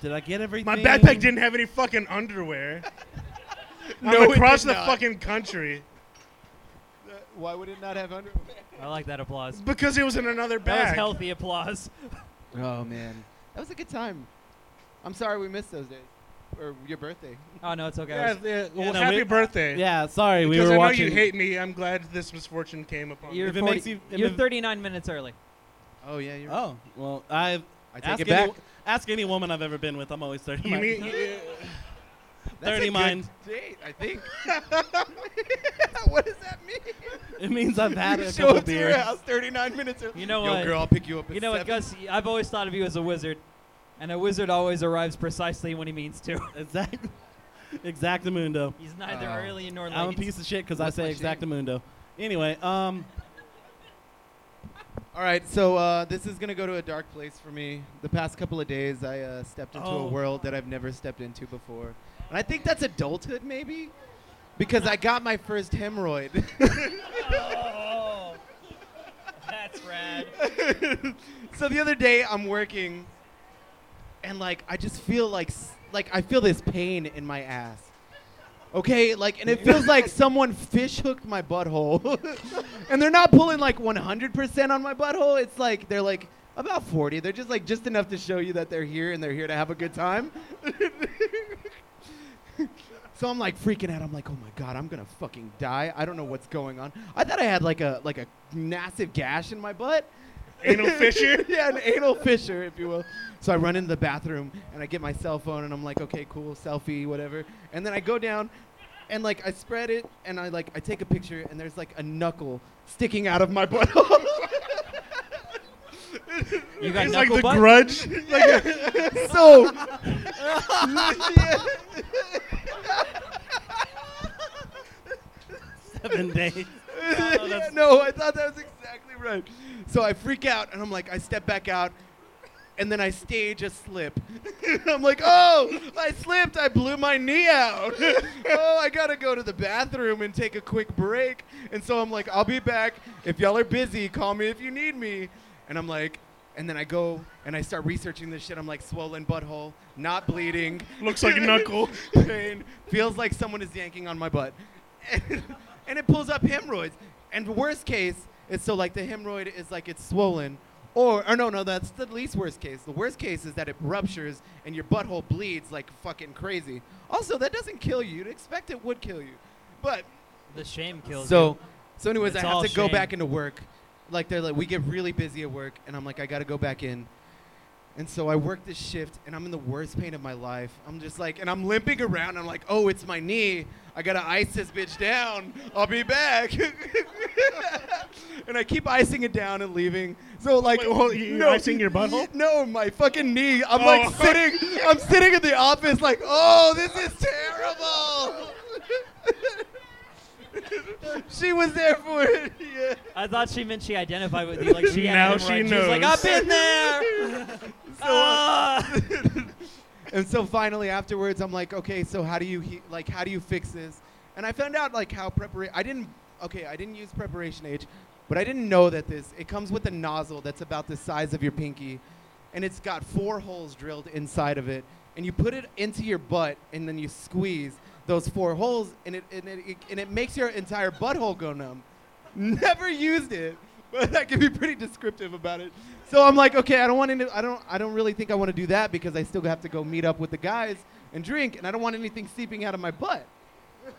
S6: Did I get everything?
S3: My backpack didn't have any fucking underwear.
S4: No,
S3: I'm
S4: it
S3: across
S4: did
S3: the
S4: not.
S3: fucking country
S4: Uh, Why would it not have under?
S2: I like that applause.
S3: because it was in another
S2: That was
S3: bag.
S2: healthy applause.
S4: Oh man, that was a good time. I'm sorry we missed those days, or your birthday.
S2: Oh no, it's okay. I
S3: Yeah,
S2: was-
S3: yeah, well,
S6: Yeah, no,
S3: happy
S6: we-
S3: birthday.
S6: Yeah, sorry, we
S3: Because
S6: were
S3: I know
S6: watching.
S3: you hate me. I'm glad this misfortune came upon
S2: You're,
S3: me.
S6: If it makes
S2: 40
S6: you- if
S2: you're
S6: it-
S2: 39 minutes early.
S4: Oh yeah, you're.
S6: oh well,
S4: I
S6: I ask
S4: take it
S6: any-
S4: back.
S6: ask any woman I've ever been with. I'm always thirty.
S3: You
S6: mine.
S3: mean you-
S4: That's a
S6: thirty
S4: good
S6: mine.
S4: Date, I think. what does that mean?
S6: It means I've had a
S4: Show
S6: couple
S4: up to your
S6: beers.
S4: house 39 minutes. early.
S2: You know
S4: Yo,
S2: what?
S4: girl, I'll pick you up. At
S2: You know what,
S4: seven.
S2: Gus? I've always thought of you as a wizard, and a wizard always arrives precisely when he means to.
S6: Exact, exactamundo.
S2: He's neither
S4: Oh.
S2: early nor late.
S6: I'm a piece of shit because I
S4: What's my
S6: say
S4: shame?
S6: exactamundo. Anyway, um,
S4: All right, so uh, this is gonna go to a dark place for me. The past couple of days, I uh, stepped into
S6: Oh.
S4: a world that I've never stepped into before, and I think that's adulthood, maybe, because I got my first hemorrhoid.
S2: Oh, that's rad.
S4: so the other day, I'm working, and like I just feel like s- like I feel this pain in my ass. Okay, like, and it feels like someone fish hooked my butthole, and they're not pulling like 100% on my butthole. It's like they're like about 40. They're just like just enough to show you that they're here and they're here to have a good time. so I'm like freaking out. I'm like, oh my god, I'm gonna fucking die. I don't know what's going on. I thought I had like a like a massive gash in my butt.
S3: Anal fissure?
S4: yeah, an anal fissure, if you will. So I run into the bathroom and I get my cell phone and I'm like, okay, cool, selfie, whatever. And then I go down and like I spread it and I like I take a picture and there's like a knuckle sticking out of my butthole.
S2: You got
S3: It's like
S2: knuckle
S3: the
S2: butt?
S3: grudge. Like a-
S4: so
S6: seven days.
S4: Yeah, no, I thought that was exactly right. So I freak out and I'm like, I step back out, and then I stage a slip. I'm like, oh, I slipped. I blew my knee out. oh, I gotta go to the bathroom and take a quick break. And so I'm like, I'll be back. If y'all are busy, call me if you need me. And I'm like. And then I go and I start researching this shit. I'm like, swollen butthole, not bleeding,
S3: looks like a knuckle.
S4: pain. Feels like someone is yanking on my butt. And, and it pulls up hemorrhoids. And the worst case is so like the hemorrhoid is like it's swollen. Or, or no, no, that's the least worst case. The worst case is that it ruptures and your butthole bleeds like fucking crazy. Also, that doesn't kill you. You'd expect it would kill you. But
S2: The shame kills
S4: so,
S2: you.
S4: so anyways,
S2: It's
S4: I have
S2: all
S4: to go
S2: shame.
S4: back into work. Like they're like, we get really busy at work, and I'm like, I gotta go back in. And so I work this shift, and I'm in the worst pain of my life. I'm just like, and I'm limping around. I'm like, oh, it's my knee. I gotta ice this bitch down. I'll be back. and I keep icing it down and leaving. So like,
S3: Wait, hold- you're icing your butthole?
S4: y- No, my fucking knee. I'm
S3: Oh.
S4: like sitting. I'm sitting in the office, like, oh, this is terrible. She was there for it. Yeah.
S2: I thought she meant she identified with you. Like she had
S3: Now
S2: hemorrhoids.
S3: she
S2: She was like,
S3: knows.
S2: I've been there. Ah.
S4: And so finally afterwards, I'm like, okay, so how do you he- like how do you fix this? And I found out like how preparation. I didn't. Okay, I didn't use preparation H, but I didn't know that this. It comes with a nozzle that's about the size of your pinky, and it's got four holes drilled inside of it. And you put it into your butt, and then you squeeze those four holes, and it and it, and it makes your entire butthole go numb. Never used it, but I can be pretty descriptive about it. So I'm like, okay, I don't want to. I don't. I don't really think I want to do that because I still have to go meet up with the guys and drink, and I don't want anything seeping out of my butt.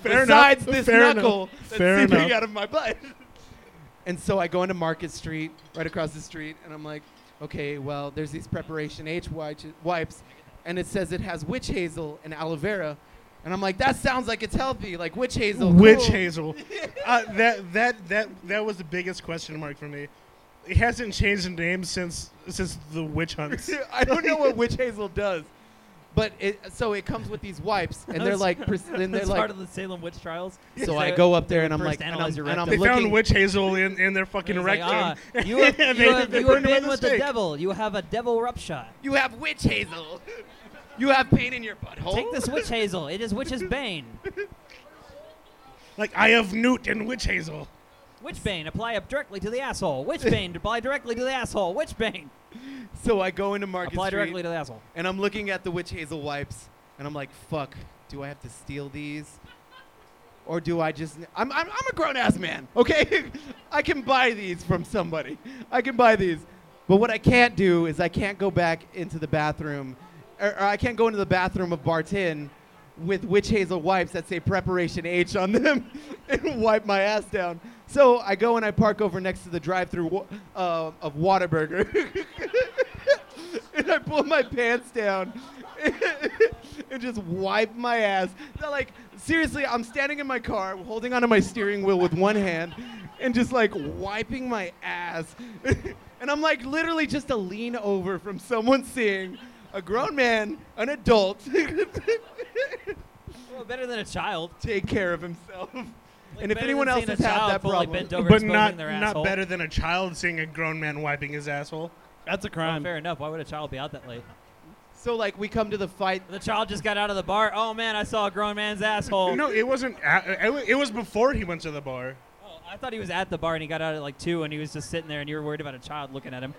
S3: Fair enough.
S4: Besides this
S3: Fair
S4: knuckle
S3: enough.
S4: that's
S3: Fair
S4: seeping
S3: enough.
S4: out of my butt. And so I go into Market Street, right across the street, and I'm like, okay, well, there's these preparation H wi- wipes, and it says it has witch hazel and aloe vera, and I'm like, that sounds like it's healthy, like witch hazel.
S3: Witch
S4: cool.
S3: hazel. Uh, that that that that was the biggest question mark for me. It hasn't changed the name since since the witch hunts.
S4: I don't know what witch hazel does, But it, so it comes with these wipes, and they're like, pres- and they're
S2: That's
S4: like.
S2: part of the Salem witch trials.
S4: So I go up there and I'm
S2: first
S4: like, and I'm,
S2: analyze your
S4: and I'm
S3: They
S4: looking.
S3: found witch hazel in, in their fucking
S2: It's like, ah,
S3: rectum.
S2: you have,
S3: And
S2: you
S3: they-
S2: have,
S3: they
S2: you
S3: burned
S2: have
S3: them at
S2: been
S3: the
S2: with the
S3: stake.
S2: devil. You have a devil rup shot.
S4: you have witch hazel. You have pain in your butthole.
S2: Take this
S4: Oh.
S2: witch hazel. It is witch's bane.
S3: Like I have Newt and witch hazel.
S2: Witch bane. Apply up directly to the asshole. Witch bane. Apply directly to the asshole. Witch bane.
S4: So I go into Market
S2: Apply
S4: Street,
S2: directly to the asshole.
S4: and I'm looking at the witch hazel wipes, and I'm like, fuck, do I have to steal these? Or do I just. I'm, I'm, I'm a grown ass man, okay? I can buy these from somebody. I can buy these. But what I can't do is I can't go back into the bathroom, or, or I can't go into the bathroom of Bartin with witch hazel wipes that say preparation H on them and wipe my ass down. So I go and I park over next to the drive through uh, of Whataburger. and I pull my pants down and just wipe my ass. Now, like seriously, I'm standing in my car, holding onto my steering wheel with one hand, and just like wiping my ass. and I'm like literally just a lean over from someone seeing a grown man, an adult,
S2: Well, better than a child.
S4: take care of himself.
S2: Like,
S4: and if
S2: better
S4: anyone
S2: than
S4: else
S2: seeing a
S4: has had
S2: child
S4: that
S2: fully
S4: problem,
S2: bent over
S3: But
S2: exposing
S3: not
S2: their
S3: not
S2: asshole.
S3: better than a child seeing a grown man wiping his asshole.
S6: That's a
S2: Well,
S6: crime.
S2: fair enough. Why would a child be out that late?
S4: so like we come to the fight.
S2: The child just got out of the bar. Oh man, I saw a grown man's asshole.
S3: No, it wasn't. a- It wa- it was before he went to the bar.
S2: Oh, I thought he was at the bar and he got out at like two and he was just sitting there and you were worried about a child looking at him.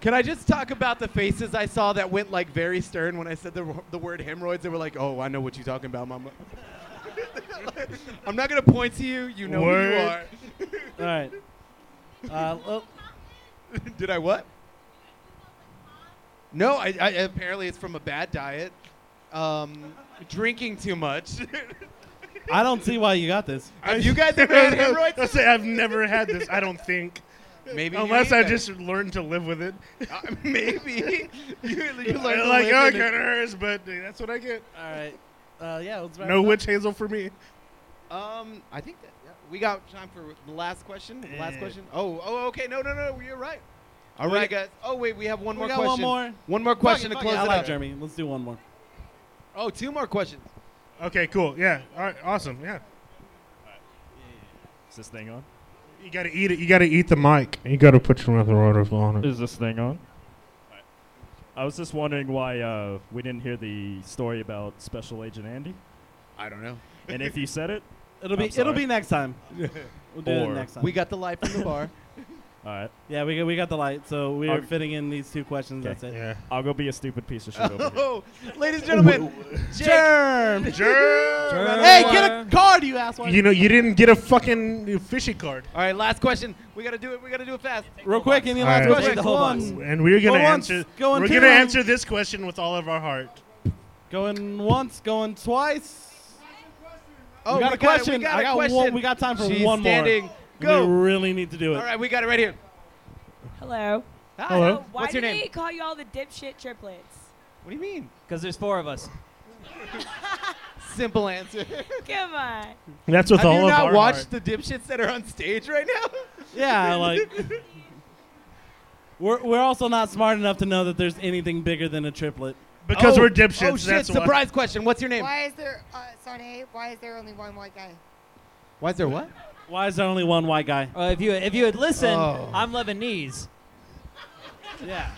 S4: Can I just talk about the faces I saw that went like very stern when I said the, the word hemorrhoids? They were like, "Oh, I know what you're talking about, mama." I'm not gonna point to you. You know who you
S3: Word.
S4: are.
S6: All right. Uh, well,
S4: Did I what? No, I, I apparently it's from a bad diet, um, drinking too much.
S6: I don't see why you got this.
S4: Have you guys ever had
S3: I
S4: hemorrhoids?
S3: say I've never had this. I don't think,
S4: Maybe you
S3: unless
S4: need
S3: I
S4: that.
S3: just learned to live with it.
S4: Uh, maybe you, you learn to
S3: like,
S4: live
S3: oh, it
S4: in it.
S3: kinda hurts, but uh, that's what I get.
S6: All right. Uh, yeah, let's
S4: Uh-huh.
S6: wrap
S3: No
S6: it up.
S3: witch hazel for me.
S4: Um, I think that yeah, we got time for the last question. The last
S6: Eh.
S4: question. Oh, oh, okay. No, no, no. You're right. All
S6: We
S4: right,
S6: got-
S4: guys. Oh wait, we have one
S6: We
S4: more
S6: got
S4: question.
S6: one more.
S4: One more question to close
S6: I
S4: it
S6: like
S4: up.
S6: Jeremy. Let's do one more.
S4: Oh, two more questions.
S3: Okay, cool. Yeah. All right. Awesome. Yeah.
S15: Is this thing on?
S3: You gotta eat it. You gotta eat the mic. You gotta put your mouth on it.
S15: Is this thing on? I was just wondering why uh, we didn't hear the story about Special Agent Andy,
S4: I don't know.
S15: and if you said it,
S6: It'll be
S15: I'm sorry.
S6: it'll be next time. We'll do it
S15: Or-
S6: next time.
S4: We got the light from the bar.
S15: all right,
S6: yeah, we got, we got the light, so we're
S15: Okay.
S6: fitting in these two questions.
S15: Okay.
S6: That's it.
S3: Yeah.
S15: I'll go be a stupid piece of shit over here.
S4: oh, ladies and gentlemen, Jake.
S6: Germ.
S3: Germ.
S4: Hey, get a card, you asshole.
S3: You know, you didn't get a fucking fishy card.
S4: All right, last question. We gotta do it. We gotta do it fast.
S6: Real quick, any
S3: All
S6: last
S3: right.
S6: questions?
S2: Take the whole
S6: One.
S2: box.
S3: And we're gonna
S6: Going once,
S3: answer.
S6: going
S3: we're
S6: two.
S3: gonna answer this question with all of our heart.
S6: Going once, going twice.
S4: Oh,
S6: we got a question.
S4: It, we got
S6: I
S4: a
S6: got
S4: question.
S6: One, we got time for
S4: She's
S6: one
S4: standing.
S6: more.
S4: Go.
S6: We really need to do it.
S4: All right, we got it right here.
S16: Hello.
S4: Hi.
S16: Hello. Why
S4: What's your
S16: did
S4: name?
S16: they call you all the dipshit triplets?
S4: What do you mean?
S2: Because there's four of us.
S4: Simple answer.
S16: Come on.
S3: That's with
S4: Have
S3: all
S4: you
S3: of
S4: not
S3: our heart.
S4: watched the dipshits that are on stage right now?
S6: Yeah, like we're we're also not smart enough to know that there's anything bigger than a triplet.
S3: Because
S4: Oh.
S3: we're dipshits.
S4: Oh shit!
S3: that's why.
S4: Surprise question. What's your name?
S17: Why is there, uh, Sonny, why is there only one white guy?
S4: Why is there what?
S6: Why is there only one white guy?
S2: Uh, if you if you had listened,
S4: Oh.
S2: I'm Lebanese.
S6: Yeah.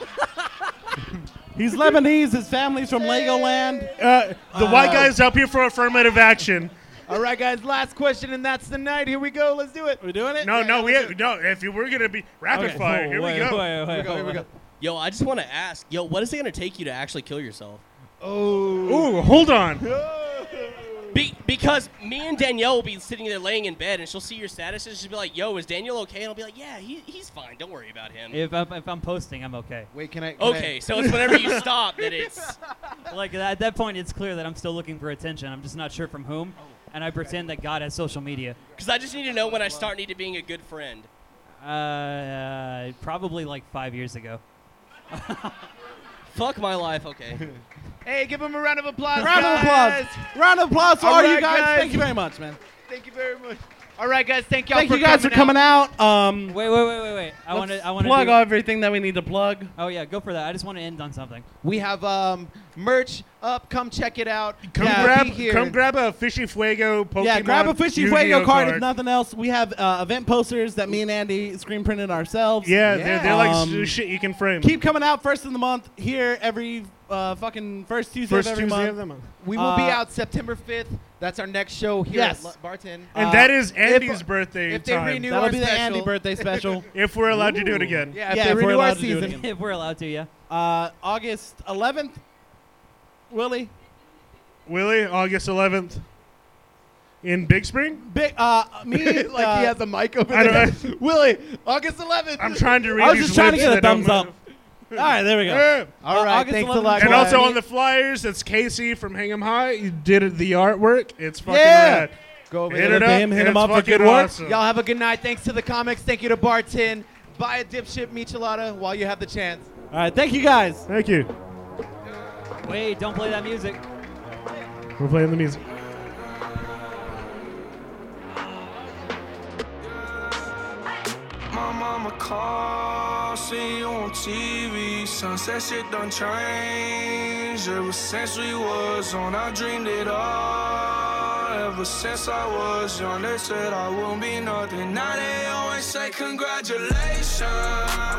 S6: He's Lebanese. His family's from Legoland.
S3: Uh, the white guy's up here for affirmative action.
S4: All right, guys. Last question, and that's the night. Here we go. Let's do it.
S6: Are we doing it?
S3: No, no, we no. If you, we're gonna be rapid
S6: Okay.
S3: fire, here we
S2: Wait,
S3: go.
S2: wait, wait,
S4: Here we go. Here we
S2: wait.
S4: go.
S18: Yo, I just want to ask, yo, what is it gonna take you to actually kill yourself?
S4: Oh.
S3: Ooh, hold on.
S18: Be- because me and Danielle will be sitting there laying in bed, and she'll see your status, and she'll be like, "Yo, is Daniel okay?" And I'll be like, "Yeah, he- he's fine. Don't worry about him."
S2: If I'm, if I'm posting, I'm okay.
S4: Wait, can I? can I-
S18: okay, so it's whenever you stop that it's.
S2: Like at that point, it's clear that I'm still looking for attention. I'm just not sure from whom, and I pretend that God has social media.
S18: Because I just need to know when I start needing being a good friend.
S2: Uh, probably like five years ago.
S18: Fuck my life. Okay.
S4: Hey, give him a round of applause.
S6: Round of
S4: guys.
S6: applause. Round of applause for
S4: All
S6: all, you
S4: right,
S6: guys.
S4: guys.
S6: Thank you very much, man.
S4: Thank you very much. All right, guys. Thank y'all.
S6: Thank
S4: for
S6: you guys for coming out. Um,
S2: Wait, wait, wait, wait, wait. I want
S6: let's
S2: to. I want to.
S6: plug everything that we need to plug.
S2: Oh yeah, go for that. I just want to end on something.
S4: We have um, Merch up. Come check it out.
S3: Come
S4: Yeah,
S3: grab,
S4: be here.
S3: come grab a fishy fuego Pokemon.
S6: yeah, grab a fishy
S3: Yu-Gi-Oh
S6: fuego card if nothing else. We have uh, event posters that me and Andy screen printed ourselves.
S3: Yeah, they're- they're like sh-
S6: shit you can frame. Keep coming out first of the month here every uh, fucking first Tuesday
S3: First
S6: of every
S3: Tuesday
S6: month.
S3: of the month.
S4: We will be
S6: Uh,
S4: out September 5th. That's our next show here
S6: Yes.
S4: at Lu- Barton.
S3: And
S4: Uh,
S3: that is
S4: if-
S3: Andy's birthday
S4: If they
S3: time.
S4: renew
S3: That'll
S4: our
S3: be the
S4: special-
S3: Andy birthday special. If
S6: we're allowed to do it again.
S4: Yeah, if
S6: Yeah,
S4: they
S6: if we're
S4: renew our
S6: allowed to do it
S4: season.
S6: again.
S2: if we're allowed to, yeah.
S6: Uh, August 11th, Willie.
S3: Willie, August 11th. In Big Spring?
S6: Big, uh,
S4: me, like, he has a mic over there. Willie, August 11th.
S3: I'm trying to read
S6: I was
S3: his
S6: just trying to
S3: lips
S6: get a
S3: that don't
S6: thumbs up. All right, there we go.
S3: Yeah.
S6: All right, August thanks a 11th. lot,
S3: And also
S6: Clyde.
S3: on the flyers, it's Casey from Hingham High. You did the artwork. It's fucking
S4: Yeah.
S3: rad.
S4: Go over
S3: hit
S4: there.
S3: it up. and it's uh, fucking awesome.
S4: Y'all have a good night. Thanks to the comics. Thank you to Barton. Buy a dipshit michelada while you have the chance.
S6: All right, thank you guys.
S3: Thank you.
S2: Wait, don't play that music.
S3: We're playing the music.
S1: My mama called, see you on TV. Sunset shit done changed. Ever since we was on, I dreamed it all. Ever since I was young, they said I won't be nothing. Now they always say congratulations.